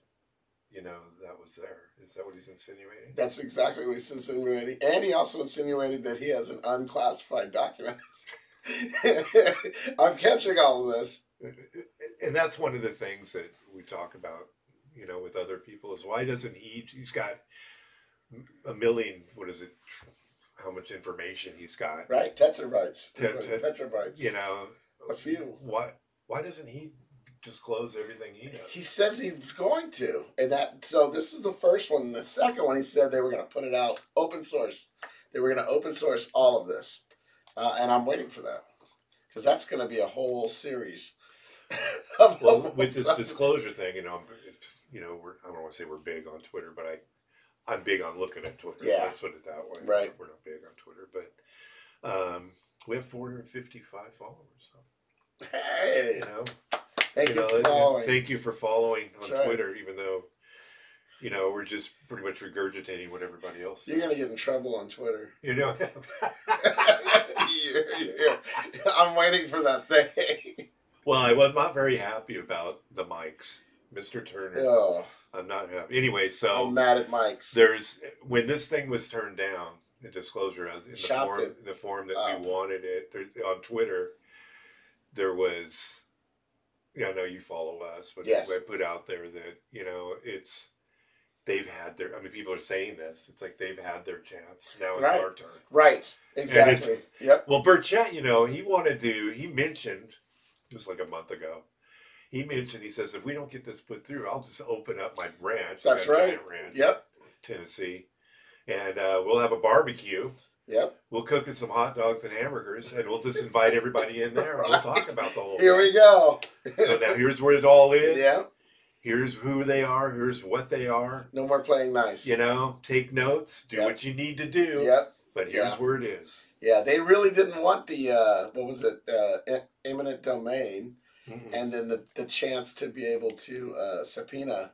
A: you know, that was there. Is that what he's insinuating?
B: That's exactly what he's insinuating. And he also insinuated that he has an unclassified document. [laughs] I'm catching all of this.
A: And that's one of the things that we talk about, you know, with other people is why doesn't he? He's got a million. What is it? How much information he's got?
B: Right? Tetrabytes.
A: Tet- tet-
B: Tetrabytes.
A: You know,
B: A few.
A: What? Why doesn't he disclose everything he knows?
B: He says he's going to, and that so this is the first one. And the second one, he said they were going to put it out open source. They were going to open source all of this, uh, and I'm waiting for that because that's going to be a whole series. [laughs] of-
A: well, with
B: [laughs]
A: this disclosure thing, you know, I'm, you know, we're, I don't want to say we're big on Twitter, but I, I'm big on looking at Twitter.
B: Yeah.
A: Let's put it that way.
B: Right.
A: We're not big on Twitter, but um, we have 455 followers. So,
B: hey,
A: you know,
B: thank you,
A: know,
B: for
A: and- and
B: following.
A: thank you for following on
B: That's right.
A: Twitter, even though, you know, we're just pretty much regurgitating what everybody else.
B: You're
A: says.
B: going to get in trouble on Twitter. [laughs]
A: You know, [laughs]
B: You- you- I'm waiting for that thing.
A: well, I was not very happy about the mics, Mr. Turner.
B: oh,
A: I'm not happy. Anyway, so
B: I'm mad at Mike's.
A: there's when this thing was turned down the disclosure as in the
B: Chopped
A: form
B: it
A: the form that
B: up.
A: we wanted it there, on twitter there was yeah i know you follow us but
B: Yes.
A: i put out there that you know it's they've had their i mean people are saying this it's like they've had their chance now it's
B: Right.
A: our turn
B: Right,
A: it's-
B: exactly. Yep.
A: well, Burchett, you know, he wanted to, he mentioned, it was like a month ago, he mentioned, he says, if we don't get this put through, I'll just open up my ranch.
B: That's
A: that giant
B: right.
A: Ranch,
B: Yep.
A: Tennessee. And uh, we'll have a barbecue.
B: Yep.
A: We'll cook us some hot dogs and hamburgers, and we'll just invite everybody in there. and We'll
B: Right.
A: talk about the whole
B: Here
A: thing.
B: we go.
A: So now here's where it all is.
B: Yeah.
A: Here's who they are. Here's what they are.
B: No more playing nice.
A: You know, take notes, do
B: Yep.
A: what you need to do.
B: Yep.
A: But here's
B: Yeah.
A: where it is.
B: Yeah, they really didn't want the uh, what was it, uh, em- eminent domain,
A: Mhm.
B: and then the, the chance to be able to uh, subpoena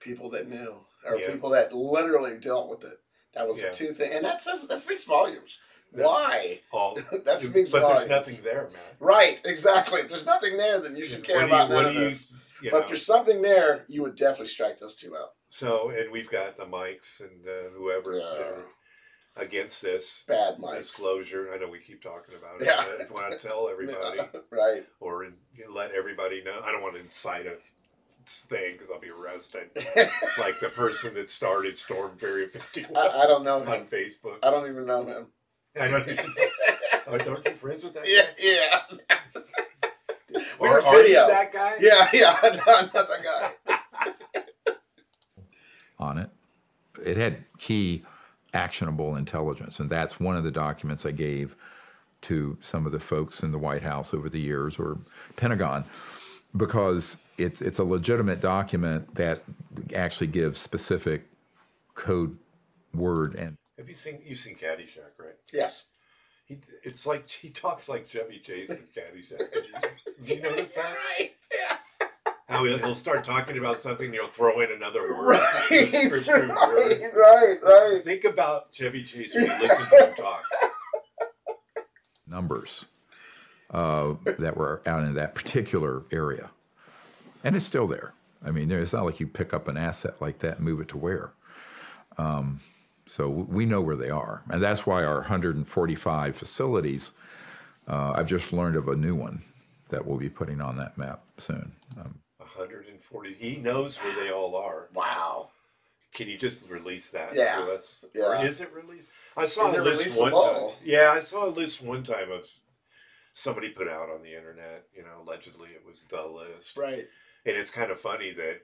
B: people that knew or
A: Yeah.
B: people that literally dealt with it. That was
A: Yeah.
B: the two thing, and that says that speaks volumes.
A: That's
B: Why?
A: all.
B: [laughs] that speaks
A: but
B: volumes.
A: there's nothing there, man.
B: Right, exactly. If there's nothing there, then you should
A: Yeah.
B: care
A: What do
B: about
A: you- what
B: none of
A: do you-
B: this.
A: you
B: But
A: know,
B: if there's something there, you would definitely strike those two out.
A: so and we've got the mics and uh, whoever.
B: Yeah.
A: there. against this
B: Bad mics.
A: disclosure. I know we keep talking about it.
B: Yeah.
A: I just want to tell everybody
B: [laughs] right.
A: or in, let everybody know. I don't want to incite a thing because I'll be
B: [laughs]
A: arrested. like the person that started Storm Fairy 51
B: I, I don't know
A: on
B: him.
A: Facebook.
B: I don't even know him.
A: I don't
B: [laughs]
A: Oh, aren't you friends with that
B: Yeah,
A: guy?
B: [laughs] yeah.
A: Or
B: We're
A: are you
B: video.
A: that guy?
B: Yeah, yeah. [laughs] I know, I'm not that guy.
C: on it. It had key actionable intelligence, and that's one of the documents I gave to some of the folks in the White House over the years or Pentagon because it's it's a legitimate document that actually gives specific code word and
A: Have you seen, you've seen Caddyshack, right?
B: Yes.
A: He, it's like, he talks like Chevy Chase in Caddyshack. Have you noticed that?
B: Right. Yeah.
A: How he'll, he'll start talking about something, and he'll throw in another word.
B: [laughs] Right.
A: Descriptive word.
B: Right. Right. Right.
A: Think about Chevy Chase when you listen to him
B: [laughs]
A: talk.
C: numbers uh, that were out in that particular area. And it's still there. I mean, there- it's not like you pick up an asset like that and move it to where. Um, so w- we know where they are. And that's why our 145 facilities, uh, I've just learned of a new one that we'll be putting on that map soon. Um,
A: 140. He knows where they all are.
B: Wow.
A: Can you just release that
B: Yeah.
A: to us?
B: Yeah.
A: Or is it released? I saw
B: Is
A: a
B: it
A: list one
B: releasable?
A: time. Yeah, I saw a list one time of somebody put out on the internet. You know, allegedly it was the list,
B: Right.
A: and it's kind of funny that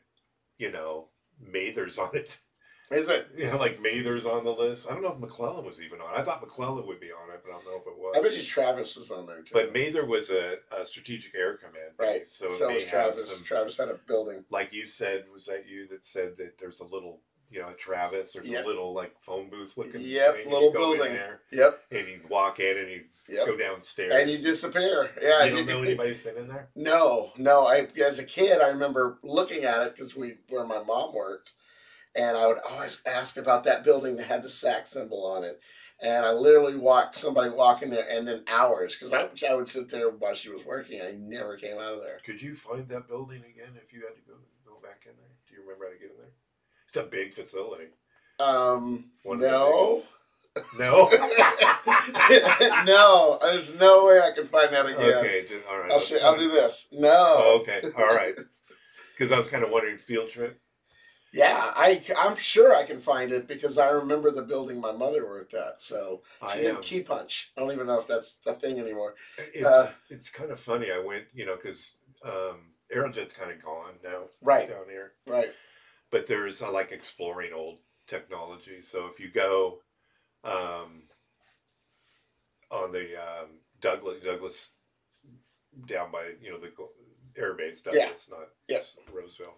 A: you know Mather's on it. [laughs]
B: Is it?
A: You know, like Mather's on the list. I don't know if McClellan was even on. I thought McClellan would be on it, but I don't know if it was.
B: I bet you Travis was on there too.
A: But Mather was a, a strategic air command, base,
B: right.
A: So it
B: so
A: may
B: was
A: have
B: Travis.
A: some
B: Travis had a building.
A: like you said, was that you that said that there's a little, you know, Travis, there's
B: Yep.
A: a little like phone booth looking
B: Yep,
A: thing, and
B: little
A: you go in
B: building.
A: there
B: Yep.
A: and you walk in and you
B: Yep.
A: go downstairs
B: And you disappear. Yeah.
A: You don't know anybody's been in there.
B: [laughs] No, no. I as a kid, I remember looking at it because we where my mom worked, and I would always ask about that building that had the sack symbol on it. And I literally walked somebody walking there, and then hours because I, I would sit there while she was working. I never came out of there.
A: Could you find that building again if you had to go go back in there? Do you remember how to get in there? It's a big facility.
B: Um,
A: One of the
B: no, [laughs]
A: No.
B: no. There's no way I can find that again.
A: Okay. ju- all right.
B: I'll,
A: that's
B: sh- I'll
A: fine.
B: do this. No.
A: Oh, okay. All right. Because I was kind of wondering field trip.
B: Yeah, I, I'm sure I can find it because I remember the building my mother worked at. So
A: I
B: she did
A: am.
B: Key Punch. I don't even know if that's a thing anymore.
A: It's
B: Uh,
A: it's kind of funny. I went, you know, because um, Aerojet's kind of gone now
B: Right,
A: down here.
B: right.
A: but there's I like exploring old technology. So if you go um, on the um, Douglas Douglas down by you know the go- air base
B: Yeah.
A: Douglas, not
B: Yes.
A: Roseville,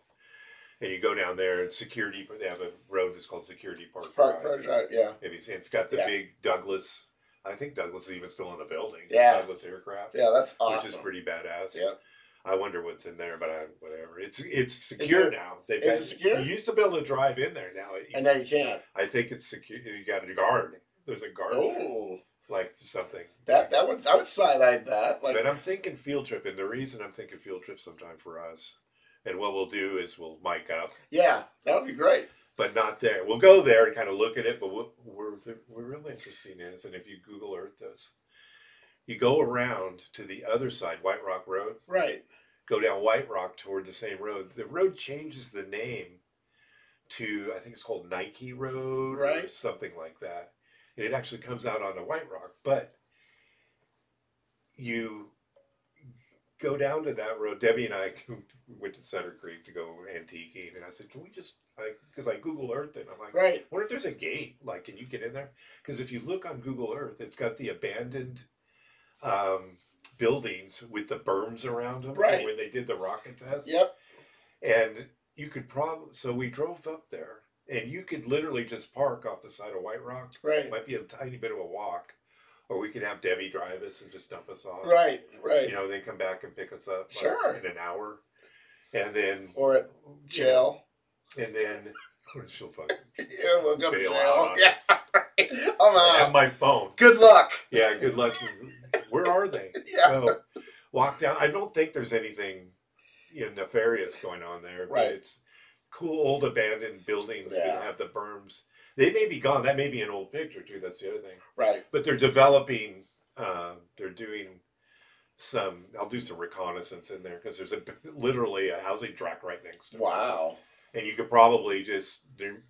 A: and you go down there and security. They have a road that's called Security Park.
B: Park,
A: Drive.
B: Park Drive, yeah,
A: Have you seen? It's got the
B: Yeah.
A: big Douglas. I think Douglas is even still in the building. the
B: Yeah.
A: Douglas aircraft.
B: yeah, that's
A: Which is
B: awesome.
A: pretty badass.
B: Yep.
A: I wonder what's in there, but I, whatever. It's it's secure
B: it-
A: now. They've
B: is
A: got,
B: it secure?
A: You used to be able to drive in there now. You-
B: And now you can't.
A: I think it's secure. You got a guard. There's a guard, there,
B: Oh,
A: like something.
B: that that would I would side eye that. Like,
A: but I'm thinking field trip, and the reason I'm thinking field trip sometime for us, and what we'll do is we'll mic up,
B: yeah, that would be great.
A: but not there. We'll go there and kind of look at it. But what we're we're really interested in is, and if you Google Earth this, you go around to the other side, White Rock Road.
B: Right.
A: go down White Rock toward the same road. The road changes the name to I think it's called Nike Road or
B: Right.
A: something like that. And it actually comes out onto White Rock, but you go down to that road. Debbie and I [laughs] went to Center Creek to go antiquing, and I said, "Can we just?" Because I, Google Earth it, and I'm like,
B: Right.
A: wonder if there's a gate. Like, can you get in there? Because if you look on Google Earth, it's got the abandoned um, buildings with the berms around them from
B: Right.
A: when they did the rocket test.
B: Yep.
A: And you could probably, so we drove up there and you could literally just park off the side of White Rock. It
B: Right.
A: might be a tiny bit of a walk, or we could have Debbie drive us and just dump us off.
B: Right. Right.
A: You know, then come back and pick us up like,
B: Sure.
A: in an hour. And then
B: Or at jail. [laughs]
A: And then [laughs] she'll fucking
B: Yeah, [laughs] we'll go to
A: bail out
B: jail.
A: on
B: Yeah.
A: us.
B: [laughs] I'm
A: I have
B: out.
A: my phone.
B: Good luck.
A: Yeah, good luck. Where are they?
B: [laughs] Yeah.
A: So walk down. I don't think there's anything you know, nefarious going on there. But
B: Right.
A: It's cool old abandoned buildings
B: Yeah.
A: that have the berms. They may be gone. That may be an old picture too. That's the other thing.
B: Right.
A: But they're developing. Uh, they're doing some. I'll do some reconnaissance in there because there's a literally a housing track right next to it.
B: Wow.
A: And you could probably just their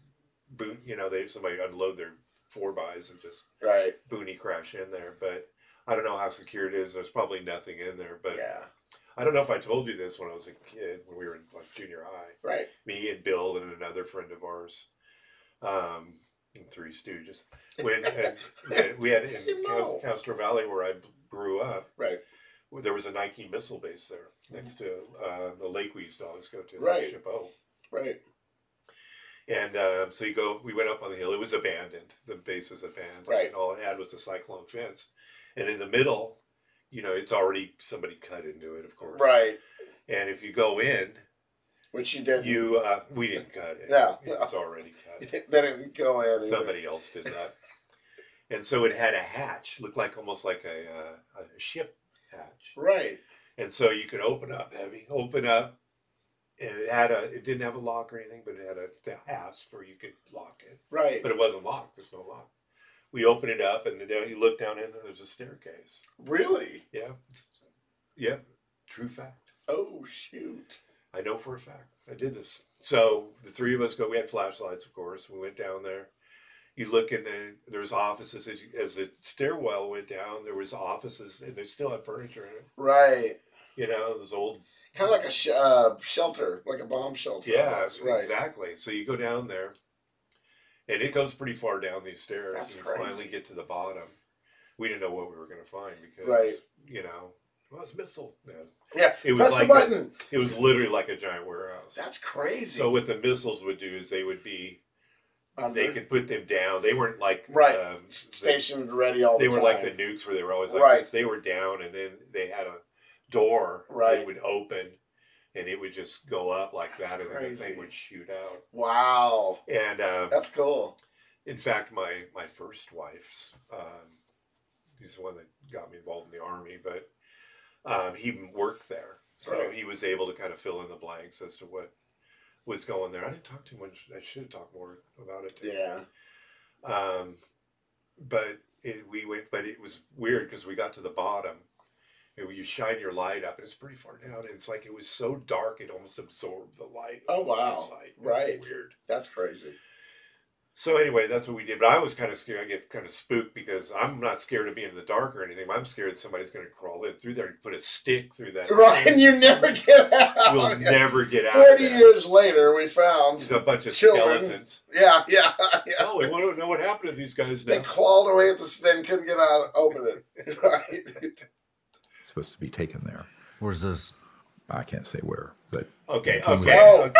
A: boot. You know, they somebody unload their four bys and just
B: Right.
A: boonie crash in there. But I don't know how secure it is. There's probably nothing in there. But
B: Yeah.
A: I don't know if I told you this when I was a kid when we were in like junior high.
B: Right.
A: me and Bill and another friend of ours, um, and Three Stooges. When and,
B: [laughs]
A: and we had in
B: No.
A: Cas- Castro Valley where I grew up,
B: Right. Mm-hmm.
A: where there was a Nike missile base there next to uh, the lake we used to always go to, Lake
B: Right.
A: Chapeau.
B: Right.
A: And um, so you go, we went up on the hill. It was abandoned. The base was abandoned.
B: Right.
A: And all it had was the cyclone fence, and in the middle, you know, it's already somebody cut into it, of course.
B: Right.
A: And if you go in,
B: Which you didn't.
A: you uh, we didn't cut it.
B: No.
A: it was already cut.
B: [laughs] they didn't go in. Either.
A: Somebody else did that. and so it had a hatch, looked like almost like a, uh, a ship hatch.
B: Right.
A: And so you could open up heavy, open up. And it had a, it didn't have a lock or anything, but it had a the hasp where you could lock it.
B: Right.
A: But it wasn't locked. There's no lock. We opened it up, and then down- you look down in there. There's a staircase.
B: Really?
A: Yeah, yeah, true fact.
B: Oh shoot.
A: I know for a fact. I did this. So the three of us go. We had flashlights, of course. We went down there. You look in the there's offices as, you, as the stairwell went down. There was offices and they still had furniture in it.
B: Right.
A: You know, those old
B: Kind of like a sh- uh, shelter, like a bomb shelter.
A: yeah,
B: almost, Right.
A: exactly. So you go down there, and it goes pretty far down these stairs.
B: That's
A: and you
B: crazy.
A: finally get to the bottom. We didn't know what we were going to find because
B: Right.
A: you know. Well, it's missile. No,
B: Yeah.
A: It was
B: Press
A: like
B: the button.
A: It was literally like a giant warehouse.
B: That's crazy.
A: So what the missiles would do is they would be
B: Um,
A: they could put them down. They weren't like
B: Right.
A: Um,
B: s-
A: they,
B: stationed ready all
A: they
B: the
A: were
B: time.
A: like the nukes where they were always like
B: Right.
A: this. They were down, and then they had a door
B: Right.
A: that would open, and it would just go up like
B: That's
A: that, and then the
B: crazy.
A: thing would shoot out.
B: wow.
A: And um,
B: That's cool.
A: in fact, my my first wife's, um, he's the one that got me involved in the army, but um, he worked there, so
B: Right.
A: he was able to kind of fill in the blanks as to what was going there. I didn't talk too much. I should have talked more about it. Too.
B: Yeah.
A: Um, but it, we went, but it was weird because we got to the bottom and you shine your light up and it's pretty far down. And it's like, it was so dark. It almost absorbed the light.
B: Oh,
A: It was
B: wow.
A: like
B: Right.
A: Weird. [laughs]
B: That's crazy.
A: So anyway, that's what we did. But I was kind of scared. I get kind of spooked because I'm not scared of being in the dark or anything. I'm scared somebody's going to crawl in through there and put a stick through that.
B: Right.
A: thing.
B: And you never get out.
A: We'll never get out of
B: Forty
A: there.
B: years later, we found.
A: It's a bunch of
B: Children.
A: skeletons.
B: Yeah. [laughs] Yeah. Yeah.
A: Oh, we don't know what happened to these guys now.
B: They clawed away at the stem, couldn't get out, open it. [laughs] Right.
C: supposed to be taken there.
D: Where's this?
C: I can't say where, but
A: Okay,
C: Come with
A: okay,
B: Oh.
A: okay.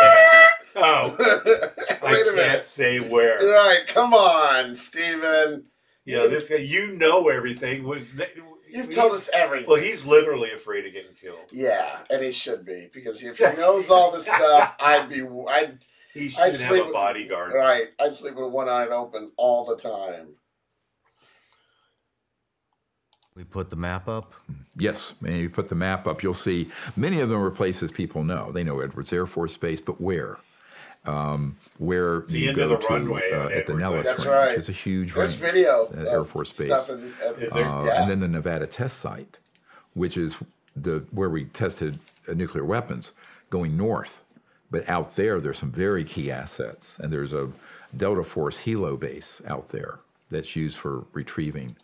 A: Oh, I
B: [laughs] Wait a
A: can't
B: minute.
A: say where.
B: Right. Come on, Steven.
A: You know, this guy, you know everything. Was that,
B: You've
A: he's-
B: told us everything.
A: Well, he's literally afraid of getting killed.
B: yeah, and he should be because if he knows all
A: [laughs]
B: this stuff, I'd be, I'd,
A: He
B: I'd
A: should
B: sleep
A: have a
B: with-
A: bodyguard.
B: right, I'd sleep with one eye open all the time.
D: We put the map up.
C: yes, and you put the map up, you'll see many of them are places people know. They know Edwards Air Force Base, but where? Um, where
A: the
C: you
A: end
C: go
A: of the
C: to,
A: runway
C: uh,
A: on
C: at the
A: Edwards
C: Nellis
A: Air Force.
C: Range,
B: That's right.
C: which is a huge
B: There's
C: range.
B: video.
C: At
B: of
C: Air Force Base.
B: Stuff in, at-
A: Is there?
C: Uh,
B: yeah.
C: and then the Nevada test site, which is the where we tested uh, nuclear weapons, going north. But out there, there's some very key assets, and there's a Delta Force Hilo base out there that's used for retrieving.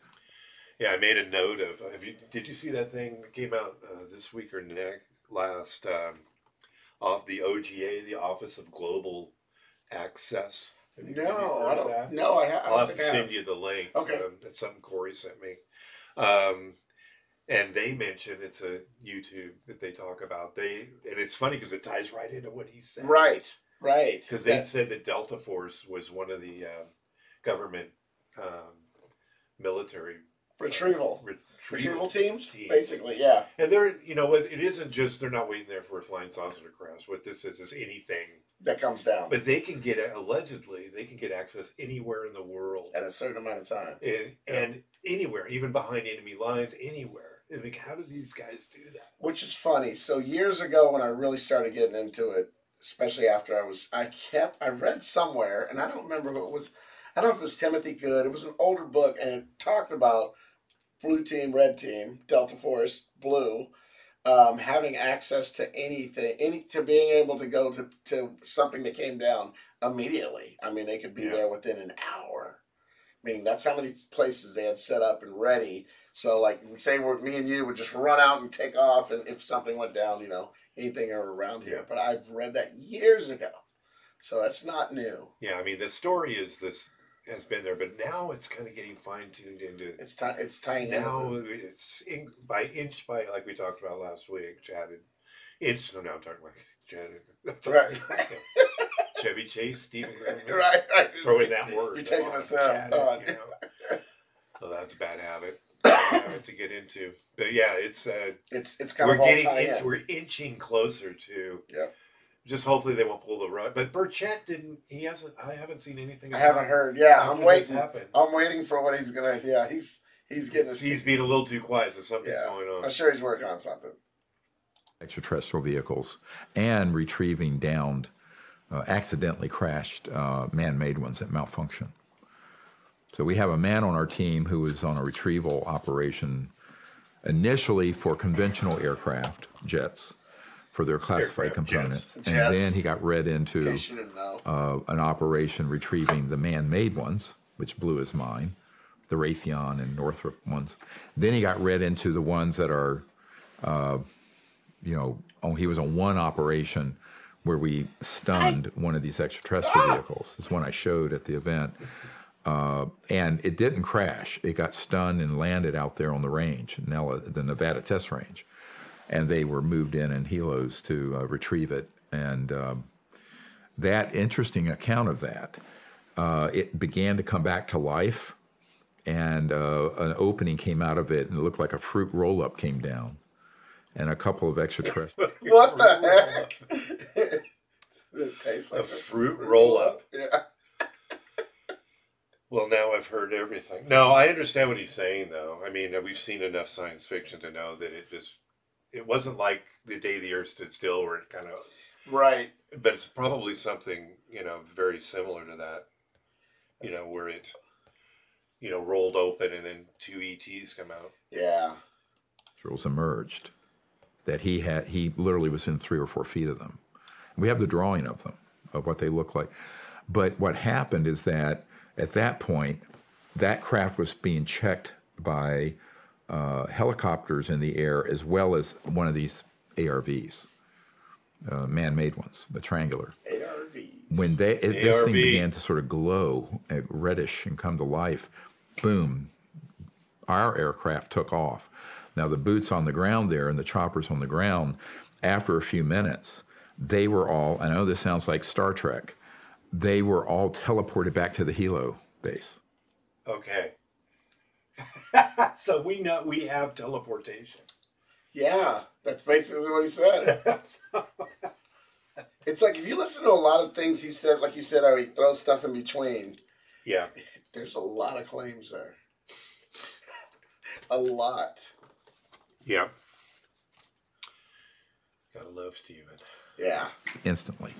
A: Yeah, I made a note of. Have you, did you see that thing that came out uh, this week or next last um, off the OGA, the Office of Global Access? Have you- have you
B: no,
A: heard
B: I
A: of
B: don't.
A: that?
B: No, I, ha- I
A: I'll have
B: don't think
A: to
B: I have.
A: send you the link.
B: Okay.
A: Um, that's something Corey sent me. Um, and they mentioned it's a YouTube that they talk about. They and it's funny because it ties right into what he said.
B: Right, right.
A: Because they
B: That-
A: said that Delta Force was one of the um government um, military
B: retrieval.
A: retrieval,
B: Retrieval teams,
A: teams.
B: basically, yeah.
A: And they're you know what, it isn't just they're not waiting there for a flying saucer to crash. What this is is anything.
B: That comes down
A: But they can get allegedly they can get access anywhere in the world
B: at a certain amount of time.
A: and, and anywhere, even behind enemy lines, anywhere. And like, how do these guys do that?
B: which is funny. So years ago, when I really started getting into it, especially after I was, I kept, I read somewhere, and I don't remember what it was. I don't know if it was Timothy Good. It was an older book, and it talked about blue team, red team, Delta Force, blue, um, having access to anything, any to being able to go to, to something that came down immediately. I mean, they could be
A: Yeah.
B: there within an hour. Meaning that's how many places they had set up and ready. So, like, say we're, me and you would just run out and take off, and if something went down, you know, anything around here.
A: Yeah.
B: But I've read that years ago, so that's not new.
A: Yeah, I mean the story is this has been there, but now it's kind of getting fine tuned into
B: It's ti It's tying in
A: now
B: with it.
A: it's in, by inch by like we talked about last week, chatted inch. No, now I'm talking about [laughs] chatted. I'm talking about Chevy Chase,
B: [laughs]
A: Stephen. Graham,
B: [laughs] right, right.
A: Throwing that word.
B: You're taking
A: a
B: us out. Oh,
A: You know? well, that's a bad habit. Bad [coughs] habit to get into, but yeah, it's uh,
B: It's it's kind
A: we're
B: of all
A: getting
B: tying
A: inch,
B: in.
A: we're inching closer to.
B: Yep.
A: Just hopefully they won't pull the rug. But Burchett didn't. He hasn't. I haven't seen anything.
B: I
A: about
B: haven't heard. Yeah, I'm
A: when this
B: waiting.
A: Happened.
B: I'm waiting for what he's gonna. Yeah, he's he's getting his.
A: He's being a little too quiet, so something's
B: Yeah.
A: going
B: I'm
A: on.
B: sure he's working on something.
C: extraterrestrial vehicles and retrieving downed, uh, accidentally crashed uh, man made ones that malfunction. So we have a man on our team who is on a retrieval operation initially for conventional aircraft, jets, for their classified
A: Aircraft,
C: components.
B: jets.
C: And
B: Jets.
C: then he got read into
B: In case you didn't know.
C: uh, an operation retrieving the man-made ones, which blew his mind, the Raytheon and Northrop ones. Then he got read into the ones that are, uh, you know, on, he was on one operation where we stunned one of these extraterrestrial vehicles. It's one I showed at the event. Uh, and it didn't crash. It got stunned and landed out there on the range, Nella, the Nevada test range. And they were moved in in helos to uh, retrieve it. And um, that interesting account of that. Uh, it began to come back to life, and uh, an opening came out of it, and it looked like a fruit roll up came down, and a couple of extraterrestrials.
B: [laughs] [laughs] what the
A: [laughs]
B: heck? [laughs] it tastes like
A: A fruit roll up.
B: Yeah.
A: Well, now I've heard everything. No, I understand what he's saying, though. I mean, we've seen enough science fiction to know that it just it wasn't like the day the Earth stood still, where it kind of.
B: Right.
A: But it's probably something you know very similar to that. You know, where it you know rolled open and then two ETs come out.
B: Yeah.
C: emerged that he had. He literally was in three or four feet of them. We have the drawing of them of what they look like, but what happened is that at that point, that craft was being checked by uh, helicopters in the air as well as one of these ARVs, uh, man-made ones, the triangular.
B: ARV.
C: When they it, this
A: ARV.
C: thing began to sort of glow uh, reddish and come to life, boom, our aircraft took off. Now the boots on the ground there and the choppers on the ground, after a few minutes, they were all. I know this sounds like Star Trek. They were all teleported back to the Hilo base.
A: Okay. [laughs] so we know we have teleportation.
B: Yeah. That's basically what he said.
A: [laughs]
B: It's like if you listen to a lot of things he said, like you said, how he throws stuff in between.
A: yeah.
B: There's a lot of claims there. A lot.
A: Yeah. Gotta love Steven.
B: Yeah.
C: Instantly,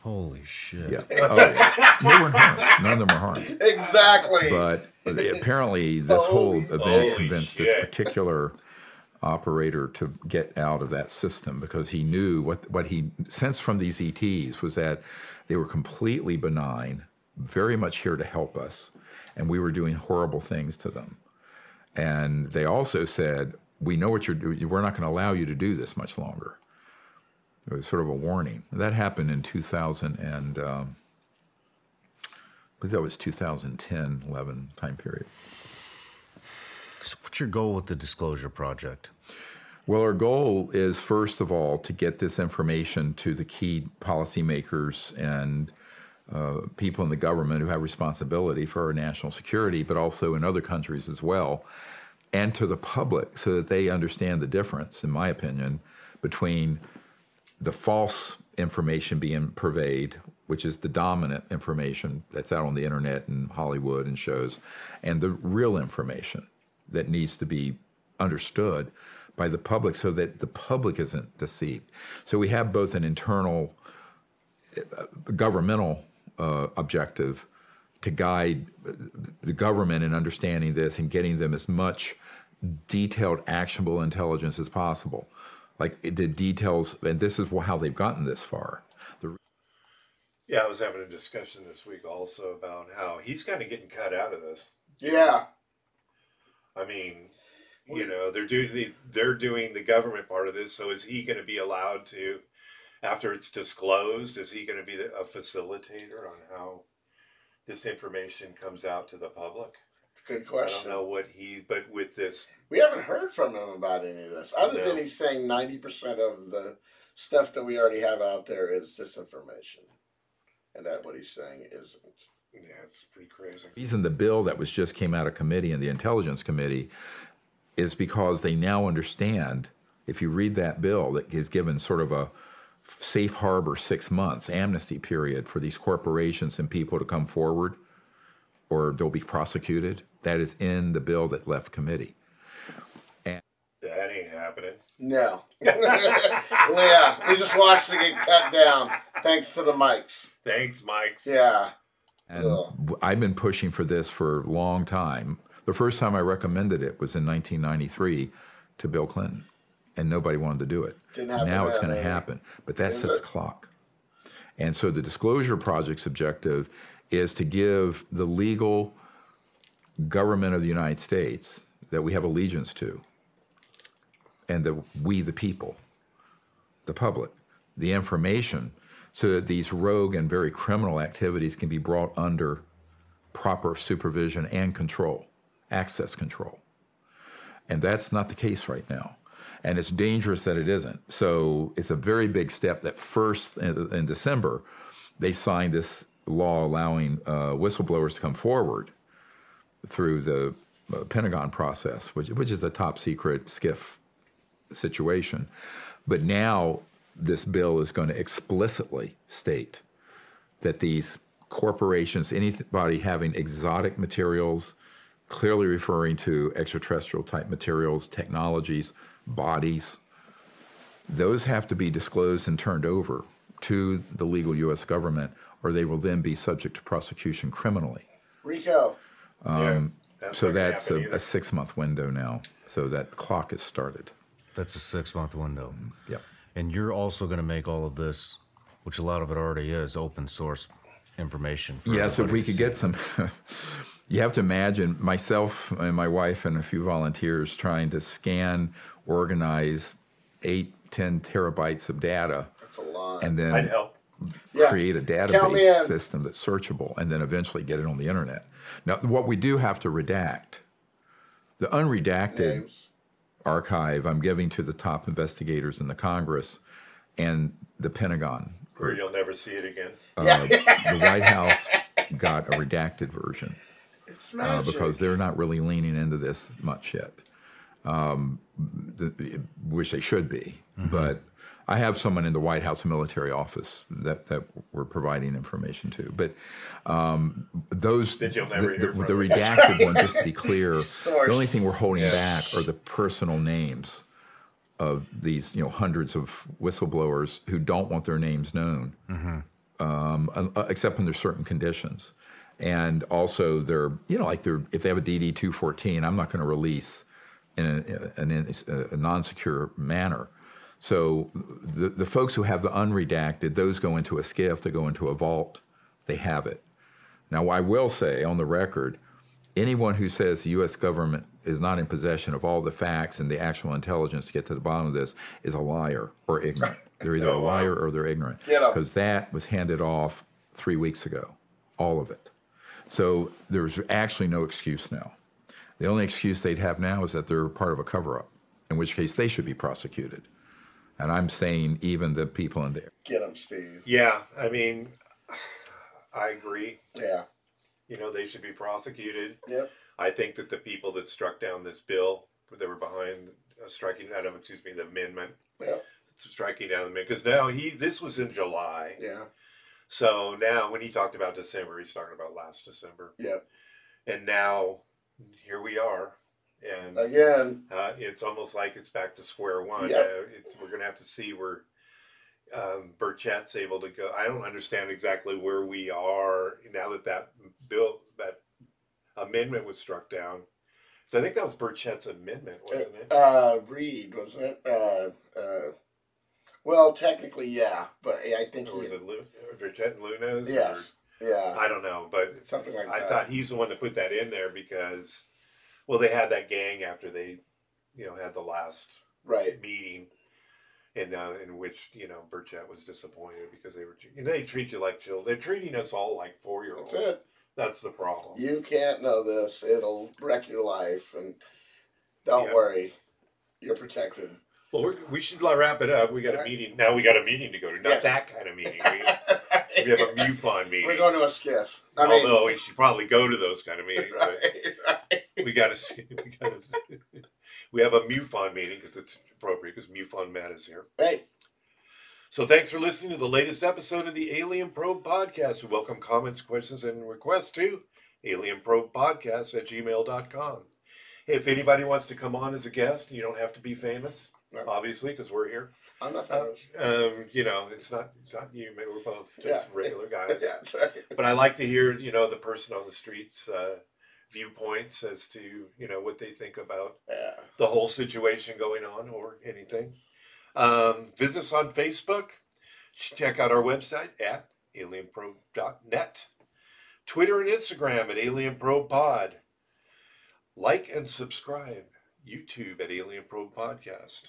D: Holy shit.
C: yeah. Oh, they weren't harmed. None of them were harmed.
B: Exactly.
C: [laughs] but apparently this whole
B: Holy-
C: event
A: Holy
C: convinced
A: shit.
C: this particular operator to get out of that system because he knew what what he sensed from these ETs was that they were completely benign, very much here to help us, and we were doing horrible things to them. And they also said, "We know what you're doing. We're not going to allow you to do this much longer." It was sort of a warning. That happened in 2000 and. Um, I believe that was 2010, 11 time period.
D: So what's your goal with the disclosure project?
C: Well, our goal is first of all to get this information to the key policymakers and uh, people in the government who have responsibility for our national security, but also in other countries as well, and to the public so that they understand the difference, in my opinion, between the false information being purveyed, which is the dominant information that's out on the internet and Hollywood and shows, and the real information that needs to be understood by the public so that the public isn't deceived. So we have both an internal uh, governmental uh, objective to guide the government in understanding this and getting them as much detailed, actionable intelligence as possible. Like the details, and this is how they've gotten this far. The,
A: Yeah, I was having a discussion this week also about how he's kind of getting cut out of this.
B: Yeah.
A: I mean, you know, they're doing the, they're doing the government part of this. So is he going to be allowed to, after it's disclosed, is he going to be the- a facilitator on how this information comes out to the public?
B: It's a good
A: I don't
B: question.
A: know what he, but with this,
B: We haven't heard from him about any of this, other than
A: No.
B: he's saying 90% of the stuff that we already have out there is disinformation. And that what he's saying isn't.
A: yeah, it's pretty crazy.
C: reason the bill that was just came out of committee in the Intelligence Committee is because they now understand. If you read that bill, that is given sort of a safe harbor six months amnesty period for these corporations and people to come forward, or they'll be prosecuted. That is in the bill that left committee.
A: That ain't happening.
C: [laughs]
B: No. yeah, we just watched it get cut down thanks to the mics.
A: Thanks, Mike's.
B: Yeah.
C: And
B: Ugh.
C: w- I've been pushing for this for a long time. The first time I recommended it was in 1993 to Bill Clinton, and nobody wanted to do it.
B: Didn't happen
C: now it's
B: then,
C: going to
B: eh?
C: happen, but that
B: Is
C: sets
B: it?
C: a clock. And so the Disclosure Project's objective is to give the legal government of the United States that we have allegiance to, and the we the people, the public, the information, so that these rogue and very criminal activities can be brought under proper supervision and control, access control. And that's not the case right now. And it's dangerous that it isn't. So it's a very big step that first in, in December, they signed this law allowing uh, whistleblowers to come forward through the uh, Pentagon process, which, which is a top secret skiff situation. But now this bill is going to explicitly state that these corporations, anybody having exotic materials, clearly referring to extraterrestrial type materials, technologies, bodies, those have to be disclosed and turned over to the legal U.S. government, or they will then be subject to prosecution criminally.
B: Rico.
A: Yeah, that's
C: Um, So
A: not gonna
C: that's a,
A: happen either.
C: a six month window now. So that clock is started.
D: That's a six month window.
C: Yep.
D: And you're also going to make all of this, which a lot of it already is, open source information. For
C: Yes, if we
D: everybody to
C: could
D: see.
C: get some. [laughs] you have to imagine myself and my wife and a few volunteers trying to scan, organize eight, 10 terabytes of data,
B: That's a lot.
C: and then
A: I'd help.
B: Yeah.
C: create a
B: Count me in.
C: database system that's searchable and then eventually get it on the internet. Now, what we do have to redact the unredacted
B: Names.
C: archive I'm giving to the top investigators in the Congress and the Pentagon.
B: [laughs]
A: Or you'll never see it again.
C: Uh, the White House got a redacted version.
B: It's
C: uh,
B: magic.
C: because they're not really leaning into this much yet, um, th- th- which they should be.
A: Mm-hmm.
C: But I have someone in the White House military office that, that we're providing information to. But um, those
A: That you'll
C: the-
A: never
C: the,
A: hear from.
C: the redacted one, just to be clear, the only
B: Source.
C: thing we're holding back are the personal names of these you know hundreds of whistleblowers who don't want their names known um, uh, except under certain conditions. And also, they're you know like they're if they have a DD two fourteen, I'm not going to release in a, an, a non secure manner. So the the folks who have the unredacted, those go into a skiff, they go into a vault, they have it. Now, I will say on the record, anyone who says the U.S. government is not in possession of all the facts and the actual intelligence to get to the bottom of this is a liar or ignorant. They're either a liar or they're ignorant.
B: Get 'em.
C: Because that was handed off three weeks ago, all of it. So there's actually no excuse now. The only excuse they'd have now is that they're part of a cover up, in which case they should be prosecuted. And I'm saying even the people in there.
B: Get him, Steve.
A: Yeah, I mean, [sighs] I agree.
B: Yeah.
A: You know, they should be prosecuted.
B: Yep.
A: I think that the people that struck down this bill, that were behind uh, striking, I don't, excuse me, the amendment,
B: Yep.
A: striking down the amendment, because now he, this was in July.
B: Yeah.
A: So now when he talked about December, he's talking about last December.
B: Yep.
A: And now here we are. And
B: Again.
A: uh, it's almost like it's back to square one.
B: Yep.
A: Uh, it's, we're going to have to see where um, Burchett's able to go. I don't understand exactly where we are now that that bill that amendment was struck down. So I think that was Burchett's amendment, wasn't it?
B: Uh, Reed, wasn't it? Uh, uh, well, technically, yeah, but I think
A: or
B: he,
A: was it Lu- Burchett and Luna's? or-
B: yes, yeah,
A: I don't know, but
B: something like uh,
A: I
B: that.
A: thought he's the one that put that in there because, well, they had that gang after they, you know, had the last
B: right,
A: meeting, and uh, in which you know Burchett was disappointed because they were you know, they treat you like children. They're treating us all like four year olds.
B: that's it.
A: That's the problem.
B: You can't know this; it'll wreck your life, and don't
A: Yeah.
B: worry, you're protected.
A: Well, we're, we should wrap it up. We got a
B: Alright.
A: meeting now. We got a meeting to go to. Not
B: Yes.
A: that kind of meeting. We, we
B: [laughs]
A: have a MUFON meeting.
B: We're going to a skiff. I mean,
A: Although we should probably go to those kind of meetings.
B: right, right.
A: But we got to. [laughs] We got to. We have a MUFON meeting because it's appropriate because MUFON Matt is here.
B: [laughs] Hey,
A: So thanks for listening to the latest episode of the Alien Probe Podcast. We welcome comments, questions, and requests to alienprobepodcast at gmail.com. Hey, if anybody wants to come on as a guest, you don't have to be famous,
B: No.
A: obviously, because we're here.
B: I'm not
A: Uh,
B: famous.
A: um, you know, it's not it's not you, maybe we're both just
B: Yeah. [laughs]
A: regular
B: yeah,
A: guys.
B: that's right.
A: But I like to hear, you know, the person on the streets uh, viewpoints as to, you know, what they think about
B: yeah.
A: the whole situation going on or anything. Um, visit us on Facebook. Check out our website at alienprobe.net. Twitter and Instagram at alienprobepod. Like and subscribe. YouTube at Alien Probe Podcast.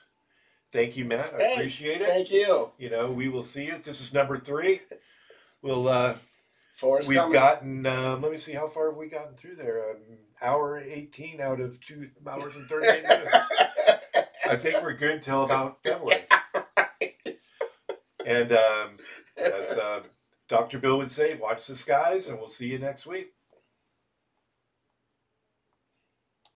A: Thank you, Matt. I
B: Hey,
A: appreciate it.
B: Thank you.
A: You know, we will see you. This is number three. We'll uh,
B: Forrest
A: We've
B: coming.
A: gotten. Um, let me see how far have we gotten through there. An hour eighteen out of two hours and thirteen minutes. I think we're good till about February. And um, as uh, Doctor Bill would say, watch the skies, and we'll see you next week.